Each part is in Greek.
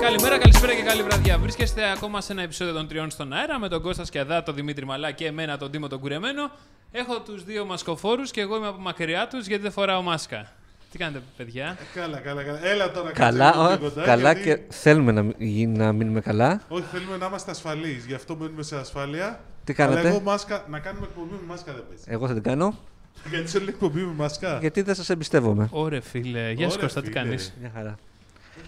Καλημέρα, καλησπέρα και καλή βραδιά. Βρίσκεστε ακόμα σε ένα επεισόδιο των Τριών στον Αέρα με τον Κώστας Σκιαδά, τον Δημήτρη Μαλά και εμένα, τον Δήμο τον Κουρεμένο. Έχω τους δύο μασκοφόρους και εγώ είμαι από μακριά τους γιατί δεν φοράω μάσκα. Τι κάνετε, παιδιά. Καλά, καλά, καλά. Έλα τώρα Καλά, κάτσε λίγο ο- πιο κοντά, καλά γιατί- και θέλουμε να, μ- γι- να μείνουμε καλά. Όχι, θέλουμε να είμαστε ασφαλείς. Γι' αυτό μένουμε σε ασφάλεια. Τι κάνετε? Αλλά εγώ μάσκα, να κάνουμε εκπομπή με μάσκα δεν παίζει. Εγώ θα την κάνω, Γιατί σε λέει εκπομπή με μάσκα. γιατί δεν σας εμπιστεύομαι. Ωρε φίλε, γεια σα Ωρε, Κώστα, τι φίλε. κάνεις. Μια χαρά.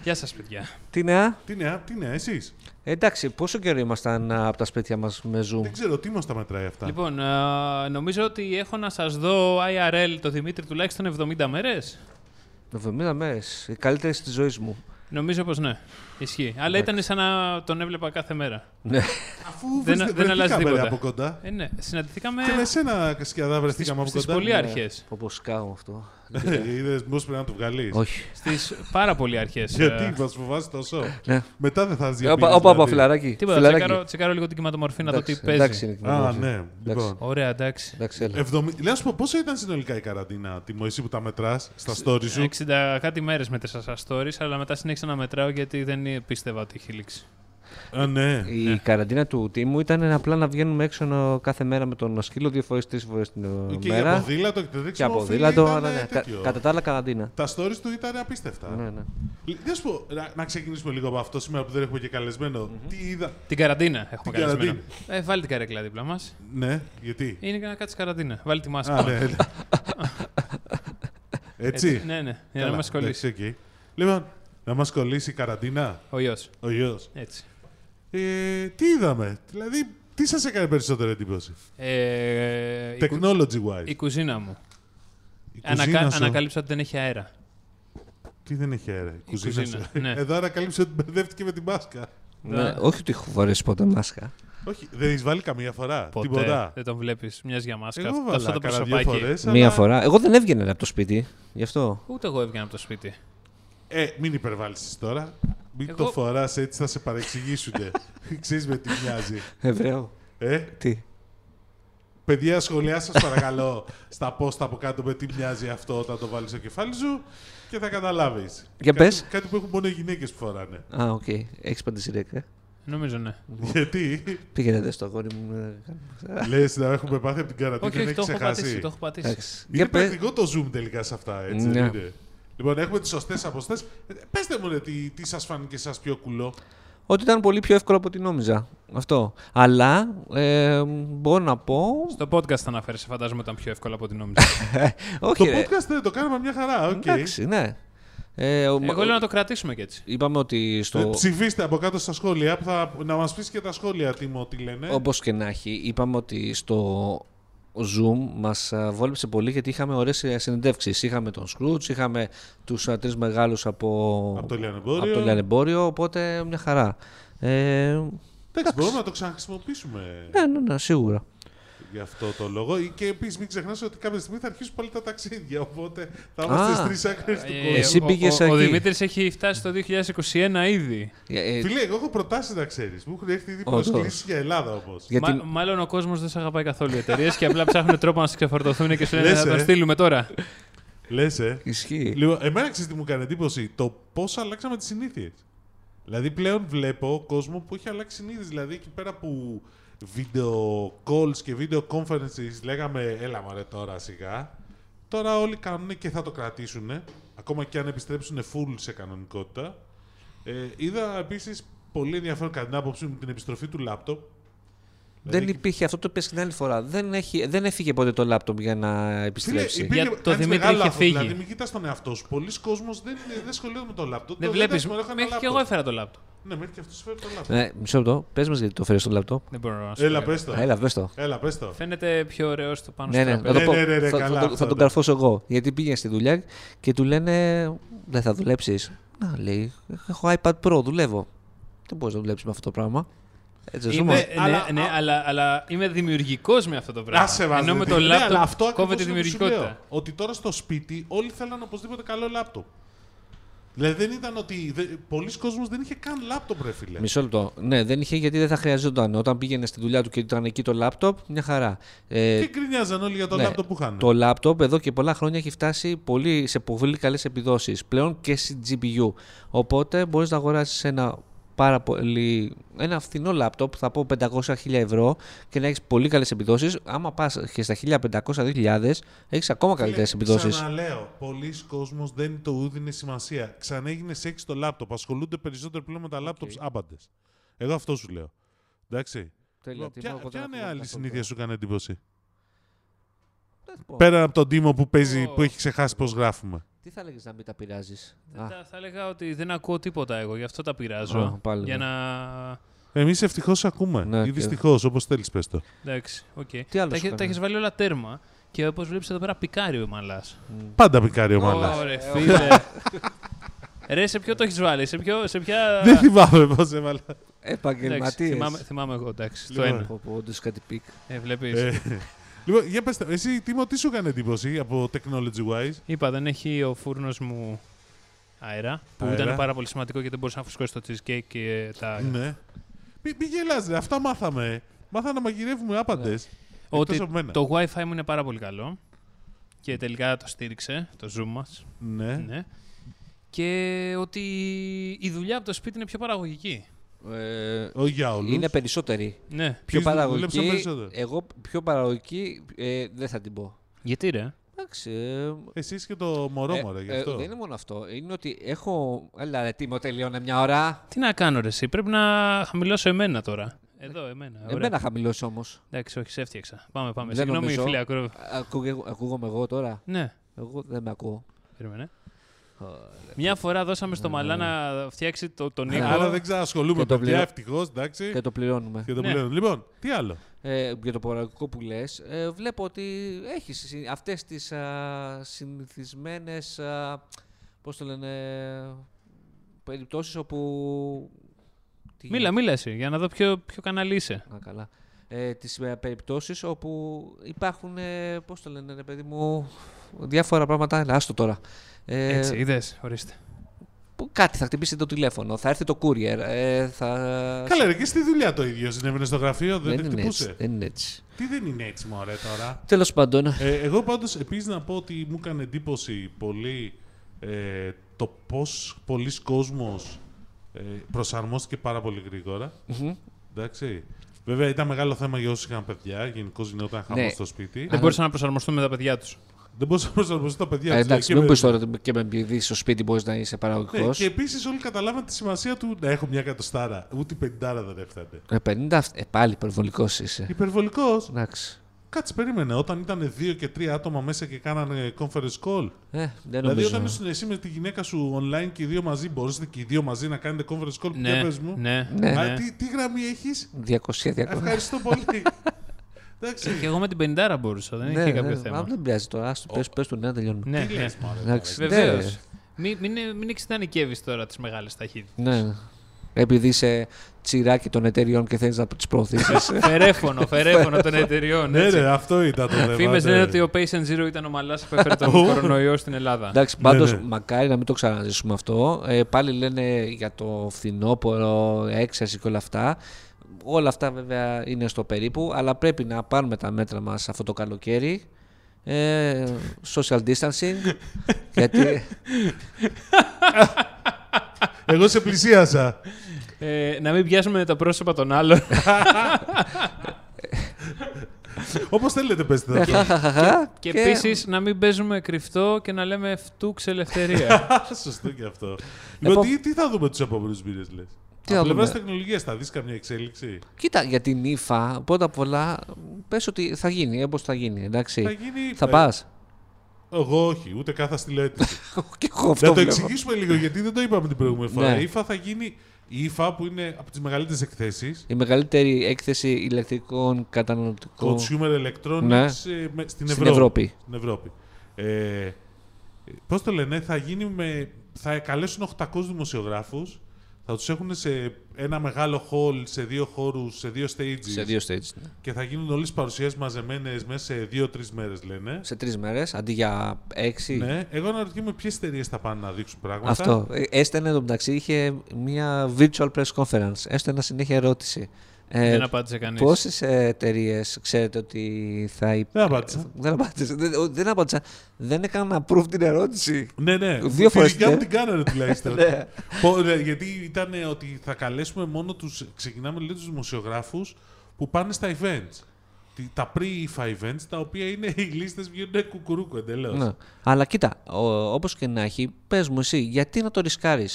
Γεια σας, παιδιά. Τι νέα. Τι νέα, τι νέα, εσείς. Εντάξει, πόσο καιρό ήμασταν α, από τα σπίτια μας με Zoom. Δεν ξέρω τι μας τα μετράει αυτά. Λοιπόν, α, νομίζω ότι έχω να σας δω IRL το Δημήτρη τουλάχιστον 70 μέρε. 70 μέρες. Οι καλύτερες της ζωής μου. Νομίζω πως ναι. Ισχύει. Αλλά ήταν σαν να τον έβλεπα κάθε μέρα. Ναι. Αφού δεν- δεν βρε- βρεθήκαμε, αλλάζει ρε, τίποτα. από κοντά. Ε, ναι. Συναντηθήκαμε Και με σένα σκιαδά βρεθήκαμε από στις κοντά. πολύ αρχές. Όπως σκάω αυτό. Είδε πώ πρέπει να το βγάλεις. Όχι. Στις πάρα πολύ ε, αρχές. Γιατί μα φοβάζει τόσο. Ναι. Μετά δεν θα ζεις. Όπα, όπα, δηλαδή. όπα, φιλαράκι. Τίποτα, φιλαράκι. τσεκάρω, τσεκάρω λίγο την κυματομορφή να δω τι Εντάξει, παίζει. εντάξει, είναι Α, κοινωνικός. ναι. Λοιπόν. Ωραία, εντάξει. Εντάξει, έλα. Εβδομη- Λέω να σου πω πόσο ήταν συνολικά η καραντίνα, Τιμω, εσύ που τα μετράς στα story σου. 60 κάτι μέρες μέτρησα στα stories, αλλά μετά συνέχισα να μετράω γιατί δεν πίστευα ότι έχει λήξει. Α, ναι. Η καραντίνα του τίμου ήταν απλά να βγαίνουμε έξω νο- κάθε μέρα με τον σκύλο δύο φορές, τρεις φορές την ε, Και για μέρα. ποδήλατο και το Και δείξιμο. από φίλε, δίλατο, ήταν, αλλά ε, ναι. Κα- τέτοιο. Κατά τα άλλα, καραντίνα. Τα stories του ήταν απίστευτα. Ναι, ναι. Λ- Δεν σου πω, να, να ξεκινήσουμε λίγο από αυτό σήμερα που δεν έχουμε και καλεσμενο Τι είδα. Την καραντίνα έχουμε Την καλεσμένο. καραντίνα. Ε, βάλει την καρέκλα δίπλα μας. Ναι, γιατί. Είναι για να κάτσεις καραντίνα. Βάλει τη μάσκα. Α, ναι, ναι. Έτσι. Έτσι, Ναι, ναι, για να Καλά, μας κολλήσει. εντάξει, οκ. Λοιπόν, να μας κολλήσει η καραντίνα, Ο ιό. ο γιος. Έτσι. Ε, τι είδαμε, δηλαδή, τι σας έκανε περισσότερο εντύπωση. Ε, η, κου- Technology wise. η κουζίνα μου. Η Ανακα... κουζίνα σου. Ανακάλυψα ότι δεν έχει αέρα. Τι δεν έχει αέρα, η κουζίνα, κουζίνα, σου. ναι. Εδώ ανακαλύψε ότι μπερδεύτηκε με την μάσκα. Ναι, όχι ότι έχω φορέσει ποτέ μάσκα. Όχι, δεν έχεις βάλει καμία φορά. Ποτέ Τίποτα. δεν τον βλέπεις. Μιας για μάσκα. Εγώ Αυτό βάλα το κάνα δύο προσωπάκι. φορές, Μία αλλά- φορά. Εγώ δεν έβγαινα από το σπίτι. Γι' αυτό. Ούτε εγώ έβγαινα από το σπίτι. Ε, μην υπερβάλλεις τώρα. Μην Εγώ- το φοράς έτσι, θα σε παρεξηγήσουν. Ξέρεις με τι μοιάζει. Εβραίο. Ε, Τι. παιδιά, σχολιά σας παρακαλώ στα post από κάτω με τι μοιάζει αυτό όταν το βάλεις στο κεφάλι σου και θα καταλάβεις. Για κάτι, πες. Κάτι που έχουν μόνο οι γυναίκες που φοράνε. Α, οκ. Έχεις παντήσει ρεκ. Νομίζω ναι. Γιατί ε? Πήγαινε δε στο αγόρι μου. ε, κάνε- λες να έχουμε πάθει από την καραντίνα Όχι, και να όχι, έχεις το έχω πατήσει. ξεχάσει. Το έχω πατήσει. Εντάξει. Είναι Για πες. πρακτικό το Zoom τελικά σε αυτά, έτσι Ναι. δεν είναι. Λοιπόν, έχουμε τις σωστές αποστάσεις. Ε, Πέστε μου, ρε, τι, τι σας φάνηκε σας πιο κουλό. Ότι ήταν πολύ πιο εύκολο από ό,τι νόμιζα. Αυτό. Αλλά ε, μπορώ να πω. Στο podcast θα αναφέρεσαι, φαντάζομαι ήταν πιο εύκολο από ό,τι νόμιζα. όχι, Το ρε. podcast δεν το κάναμε μια χαρά, οκ. Εντάξει, ναι. Ε, ο- Εγώ λέω να το κρατήσουμε και έτσι. Είπαμε ότι Ε, στο. Ψηφίστε από κάτω στα σχόλια. που Θα, να μας πεις και τα σχόλια, Τίμω, τι λένε. Όπως και να έχει, είπαμε ότι στο Zoom μα βόλεψε πολύ γιατί είχαμε ωραίες συνεντεύξεις. Είχαμε τον Σκρούτ, είχαμε τους τρεις μεγάλους από... Από το λιανεμπόριο. από το λιανεμπόριο, Οπότε μια χαρά. Ε, Εντάξει, μπορούμε να το ξαναχρησιμοποιήσουμε ναι, ναι, ναι, σίγουρα. γι' αυτό το λόγο. Ε, Και επίσης μην ξεχνάς ότι κάποια στιγμή θα αρχίσουν πάλι τα ταξίδια. Οπότε θα είμαστε στις τρεις άκρες του Ε, κόσμου. εσύ ο- πήγες ο, ο, εκεί. Δημήτρης έχει φτάσει το 2021 ήδη. Ε, ε, Φίλε, εγώ έχω προτάσει να ξέρεις. Μου έχουν έρθει ήδη Όντως. προσκλήσεις για Ελλάδα όμως. γιατί Μα- μάλλον ο κόσμος δεν σε αγαπάει καθόλου οι εταιρείες και απλά ψάχνουν τρόπο να σε ξεφορτωθούν και σου λένε Λες, να τον ε. στείλουμε τώρα. Λες, ε. ισχύει. Λοιπόν, εμένα ξέρεις τι μου κάνει εντύπωση. Το πώς αλλάξαμε τις συνήθειες. Δηλαδή πλέον βλέπω κόσμο που έχει αλλάξει συνήθειες. Δηλαδή εκεί πέρα που video calls και video conferences λέγαμε έλα μωρέ τώρα σιγά. Τώρα όλοι κάνουν και θα το κρατήσουν. Ακόμα και αν επιστρέψουν full σε κανονικότητα. Ε, είδα επίσης πολύ ενδιαφέρον κατά την άποψή μου την επιστροφή του λάπτοπ. Δεν Δηλαδή, υπήρχε, αυτό το είπε την άλλη φορά. Δεν, έχει, δεν έφυγε ποτέ το λάπτοπ για να Φίλε, επιστρέψει. υπήρχε- Για το κάνεις Δημήτρη μεγάλο είχε λάθος. φύγει. Δηλαδή, μην κοιτάς τον εαυτό σου. Πολλοί κόσμοι δεν, δεν σχολιάζουν με το λάπτοπ. Δεν Το βλέπεις. εντάξει, μωρέ, έχω ένα Μέχρι και λάπτοπ. εγώ έφερα το λάπτο. Ναι, μέχρι και αυτός φέρει το λάθο. Ναι, μισό λεπτό. Πες μας γιατί το φέρεις το λάπτοπ. Δεν μπορώ να σου Έλα, πω. πες το. Έλα, πες το. Έλα, πες το. Φαίνεται πιο ωραίο στο πάνω Ναι, στο ναι, τραπέζι. θα, το Ναι, πω. ναι, ναι, ναι, θα, καλά, θα, το- αυτό θα τον είναι. καρφώσω εγώ. Γιατί πήγαινε στη δουλειά και του λένε Δεν θα δουλέψεις. Να λέει, Έχω iPad Pro, δουλεύω. Δεν μπορείς να δουλέψεις με αυτό το πράγμα. Έτσι, Είμαι, ζούμε. ναι, αλλά- ναι, ναι, αλλά, αλλά είμαι δημιουργικός με αυτό το πράγμα. Να σε βάζω. Ενώ με το ναι, αλλά λάπτοπ αυτό κόβεται κόβεται τη δημιουργικότητα. Ότι τώρα στο σπίτι όλοι θέλουν οπωσδήποτε καλό λάπτοπ. Δηλαδή δεν ήταν ότι. Δε, πολλοί κόσμοι δεν είχε καν λάπτοπ, ρε φίλε. Μισό λεπτό. Ναι, δεν είχε γιατί δεν θα χρειαζόταν. Όταν πήγαινε στη δουλειά του και ήταν εκεί το λάπτοπ, μια χαρά. Ε, Και γκρινιάζαν όλοι για το ναι, λάπτοπ που είχαν. Το λάπτοπ εδώ και πολλά χρόνια έχει φτάσει πολύ, σε πολύ καλές επιδόσεις πλέον και σε GPU. Οπότε μπορείς να αγοράσεις ένα πάρα πολύ. Ένα φθηνό λάπτοπ, θα πω 500-1000 ευρώ και να έχεις πολύ καλές επιδόσεις. Άμα πας και στα 1500-2000, έχεις ακόμα καλύτερες επιδόσεις. Ξαναλέω, πολλοί κόσμος δεν το ούδινε σημασία. Ξανέγινε σεξ το λάπτοπ. Ασχολούνται περισσότερο πλέον με τα λάπτοπ okay. άμπαντες. Εγώ αυτό σου λέω. Εντάξει. Λοιπόν, Ποια, ποια είναι άλλη συνήθεια σου κάνει εντύπωση. Πέρα από τον Τίμο που παίζει, Ω. που έχει ξεχάσει πώς γράφουμε. Τι θα λέγε να μην τα πειράζεις. Δεν τα- θα έλεγα ότι δεν ακούω τίποτα εγώ, γι' αυτό τα πειράζω. Α, πάλι, για ναι. να. Εμείς ευτυχώς ακούμε. Ναι, ή και- δυστυχώς, όπως θέλεις πες το. Εντάξει, οκ. Τι Τα, άλλο σου έχε- κάνει? τα έχεις βάλει όλα τέρμα και όπως βλέπεις εδώ πέρα πικάρει ο Μαλάς. Πάντα πικάρει ο Μαλάς. Ωρε, φίλε. Ρε, σε ποιο το έχεις βάλει, σε, ποιο, σε ποια. Δεν θυμάμαι πώς έβαλα. Εντάξει, Επαγγελματίε. θυμάμαι, θυμάμαι εγώ, εντάξει. Λοιπόν. Το ένα. Όντως κάτι πικ. Ε, βλέπεις. Ε, Λοιπόν, για πες, τα- εσύ Τίμο, τι σου έκανε εντύπωση από technology wise. Είπα, δεν έχει ο φούρνος μου αέρα. Που Αέρα. ήταν πάρα πολύ σημαντικό γιατί δεν μπορούσα να φουσκώσει το cheesecake και τα. Ναι. Μη, μη γελάς, ρε. αυτά μάθαμε. Μάθαμε να μαγειρεύουμε άπαντες. Ναι. Εκτός Ότι από μένα. το WiFi μου είναι πάρα πολύ καλό. Και τελικά το στήριξε το Zoom μας. Ναι. Ναι. Και ότι η δουλειά από το σπίτι είναι πιο παραγωγική. Ε, Όχι για όλους. είναι περισσότεροι. Ναι. Πιο Ποιους δουλέψαν παραγωγική. περισσότερο? Εγώ πιο παραγωγική ε, δεν θα την πω. Γιατί ρε. Εντάξει. ε, Εσείς και το μωρό ε, μωρέ, γι' ε, αυτό. δεν είναι μόνο αυτό. Είναι ότι έχω. Έλα, ρε, Τίμο, τελειώνε μια ώρα. Τι να κάνω ρε εσύ, πρέπει να χαμηλώσω εμένα τώρα. Εδώ, εμένα. Ε, Ωραία. Εμένα χαμηλό όμως. Εντάξει, όχι, σε έφτιαξα. Πάμε, πάμε. Δεν Συγγνώμη, νομίζω. φίλε ακρό. Ακούγομαι εγώ τώρα. Ναι, Εγώ δεν με ακούω. περίμενε. Μια φορά δώσαμε Ε, στο Μαλά να φτιάξει το, τον ήχο. Ναι, Άρα Ε, δεν ξανασχολούμαι Ναι. Και το με παιδιά, πληρώ- ευτυχώς, εντάξει. Και το πληρώνουμε. Ε, Και το Ναι. πλέον. Λοιπόν, τι άλλο. Ε, για το παραγωγικό που λες, ε, βλέπω ότι έχεις αυτές τις συνηθισμένε. Πώς το λένε. Περιπτώσεις όπου. τι Μίλα, μίλα εσύ, για να δω ποιο, ποιο κανάλι είσαι. Α, καλά. Ε, τις ε, περιπτώσεις όπου υπάρχουν, ε, πώς το λένε ρε παιδί μου, διάφορα πράγματα, αλλά άστο τώρα. Ε, Έτσι, είδες, ορίστε. που κάτι θα χτυπήσει το τηλέφωνο, θα έρθει το courier, ε, θα... Καλά, ρε, και στη δουλειά το ίδιο συνέβαινε στο γραφείο, δεν, δεν είναι ναι, έτσι, χτυπούσε. δεν είναι έτσι. Τι δεν είναι έτσι, μωρέ τώρα. Τέλος πάντων, Ε, εγώ πάντως επίσης να πω ότι μου έκανε εντύπωση πολύ ε, το πώς πολλοί κόσμος ε, προσαρμόστηκε πάρα πολύ γρήγορα. Εντάξει. Βέβαια ήταν μεγάλο θέμα για όσοι είχαν παιδιά, γενικώς γινόταν χαμός Ναι. στο σπίτι. Δεν μπορούσαν να προσαρμοστούν με τα παιδιά τους. Δεν μπορούσαν να προσαρμοστούν τα παιδιά. ε, τους, εντάξει, λέει, μην ναι, και πεις τώρα ότι και με επειδή στο σπίτι μπορείς να είσαι Ναι, παραγωγικός. και επίσης όλοι καταλάβανε τη σημασία του να έχω μια εκατοστάρα. Ούτε η πεντάρα δεν έφτανε. Ε, 50, ε, πάλι υπερβολικός είσαι. Υπερβολικός. Εντάξει. Κάτσε, περίμενε. Όταν ήταν δύο και τρία άτομα μέσα και κάνανε conference call. Ε, δεν Δηλαδή, νομίζω. όταν ήσουν εσύ με τη γυναίκα σου online και οι δύο μαζί, μπορούσατε και οι δύο μαζί να κάνετε conference call. Ναι, Ναι, πες μου. ναι, Ναι. Ε, Α, τι, τι γραμμή έχεις. 200-200. Ευχαριστώ πολύ. Εντάξει. Και εγώ με την πεντάρα μπορούσα, Ναι, δεν είχε κάποιο θέμα. Α, Ε, δεν πειράζει τώρα, άστο, πες, πες του, ναι, τελειώνουμε. Ναι, Τι ναι. λες, μωρέ, Εντάξει, ναι, Βεβαίως. ρε. Μην, μην, μην εξητανικεύεις τώρα τις μεγάλες ταχύτητες. Ναι. Επειδή είσαι τσιράκι των εταιριών και θέλεις να τις προωθήσεις. φερέφωνο, φερέφωνο των εταιριών. Ναι, έτσι. ρε, αυτό ήταν το θέμα. Φήμες ναι. λένε ότι ο Patient Zero ήταν ο μαλάς που έφερε τον Ω. κορονοϊό στην Ελλάδα. Εντάξει, Ναι, πάντως ναι. μακάρι να μην το ξαναζήσουμε αυτό. Ε, πάλι λένε για το φθινόπωρο, έξαρση και όλα αυτά. Όλα αυτά βέβαια είναι στο περίπου, αλλά πρέπει να πάρουμε τα μέτρα μας αυτό το καλοκαίρι. Ε, social distancing. γιατί. Εγώ σε πλησίασα. Ε, να μην πιάσουμε τα πρόσωπα των άλλων. Όπως θέλετε, πετε Ναι. τα. Χαχαχαχα. και επίσης να μην παίζουμε κρυφτό και να λέμε φτούξ ελευθερία. Σωστό και αυτό. Λοιπόν, Επο- τι, τι θα δούμε τους επόμενους μήνες, λες. Ε, Τι Από θα πλευρά δούμε? τεχνολογίας, θα δεις καμία εξέλιξη. Κοίτα, για την ύφα, πρώτα απ' όλα, πες ότι θα γίνει, όπω θα γίνει, εντάξει. Θα γίνει. Θα ε, πας. Εγώ όχι, ούτε κάθε στυλέτηση. και εγώ αυτό Να το βλέπω. εξηγήσουμε λίγο, γιατί δεν το είπαμε την προηγούμενη φορά. Ναι. Η ΙΦΑ θα γίνει. Η ΙΦΑ που είναι από τις μεγαλύτερες εκθέσεις. Η μεγαλύτερη έκθεση ηλεκτρικών καταναλωτικών. Consumer Electronics Ναι. ε, με- στην, Στην Ευρώπη. Ευρώπη. Στην Ευρώπη. Ε, Πώς το λένε, θα γίνει με. Θα καλέσουν 800 δημοσιογράφους, θα τους έχουν σε ένα μεγάλο hall σε δύο χώρους, σε δύο stages. σε δύο stages. ναι. Και θα γίνουν όλες τις παρουσιάσεις μαζεμένες μέσα σε δύο-τρει μέρες, λένε. Σε τρεις μέρες, αντί για έξι. Ναι. Εγώ αναρωτιέμαι ποιες εταιρείες θα πάνε να δείξουν πράγματα. Αυτό. Ε, Έστελνε εδώ μεταξύ, είχε μια virtual press conference. Έστελνε συνέχεια ερώτηση. Ε, Δεν απάντησε κανείς. Πόσες εταιρείες ξέρετε ότι θα Δεν υπάρχουν. απάντησα. Δεν απάντησα. Δεν, ο- δεν απάντησα. Δεν έκανα approve την ερώτηση. Ναι, ναι. Δύο φορές, Τελικά ναι. μου την κάνανε τουλάχιστον. Ναι. Πω, ρε, γιατί ήταν ε, ότι θα καλέσουμε μόνο τους. Ξεκινάμε λίγο τους δημοσιογράφους που πάνε στα events. Τι- Τα pre-IFA events, τα οποία είναι οι λίστες βγαίνουν κουκουρούκου εντελώς. Ναι. Αλλά κοίτα, όπως και να έχει, πες μου εσύ, γιατί να το ρισκάρεις.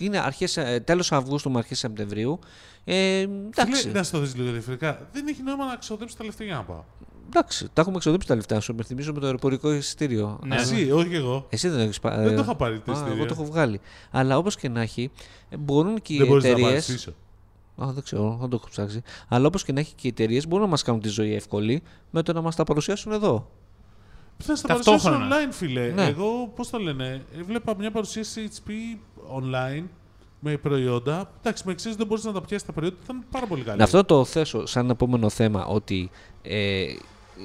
Είναι αρχές, ε, τέλος Αυγούστου με αρχές Σεπτεμβρίου. Ε, εντάξει, να στο δεις λίγο διαφορετικά. Δεν έχει νόημα να ξοδέψεις τα λεφτά για να πάω. εντάξει, τα έχουμε εξοδέψει τα λεφτά σου. Υπενθυμίζω με το αεροπορικό εισιτήριο. Ναι. Εσύ, όχι εγώ. Εσύ δεν το έχεις πάρει. Δεν το είχα πάρει το εισιτήριο. Εγώ το έχω βγάλει. Αλλά όπως και να έχει, ε, μπορούν και Δεν οι μπορείς να εταιρείες. πάρεις πίσω. Α, δεν ξέρω, δεν το έχω ψάξει. Αλλά όπως και να έχει και οι εταιρείες μπορούν να μας κάνουν τη ζωή εύκολη με το να μας τα παρουσιάσουν εδώ. Θα στα παρουσιάσουν Ταυτόχρονα. online, φίλε. Ναι. Εγώ, πώς το λένε, έβλεπα μια παρουσίαση HP online με προϊόντα. Εντάξει, με ξέρει, δεν μπορείς να τα πιάσεις τα προϊόντα. Ήταν πάρα πολύ καλή. Να αυτό το θέσω σαν επόμενο θέμα ότι ε,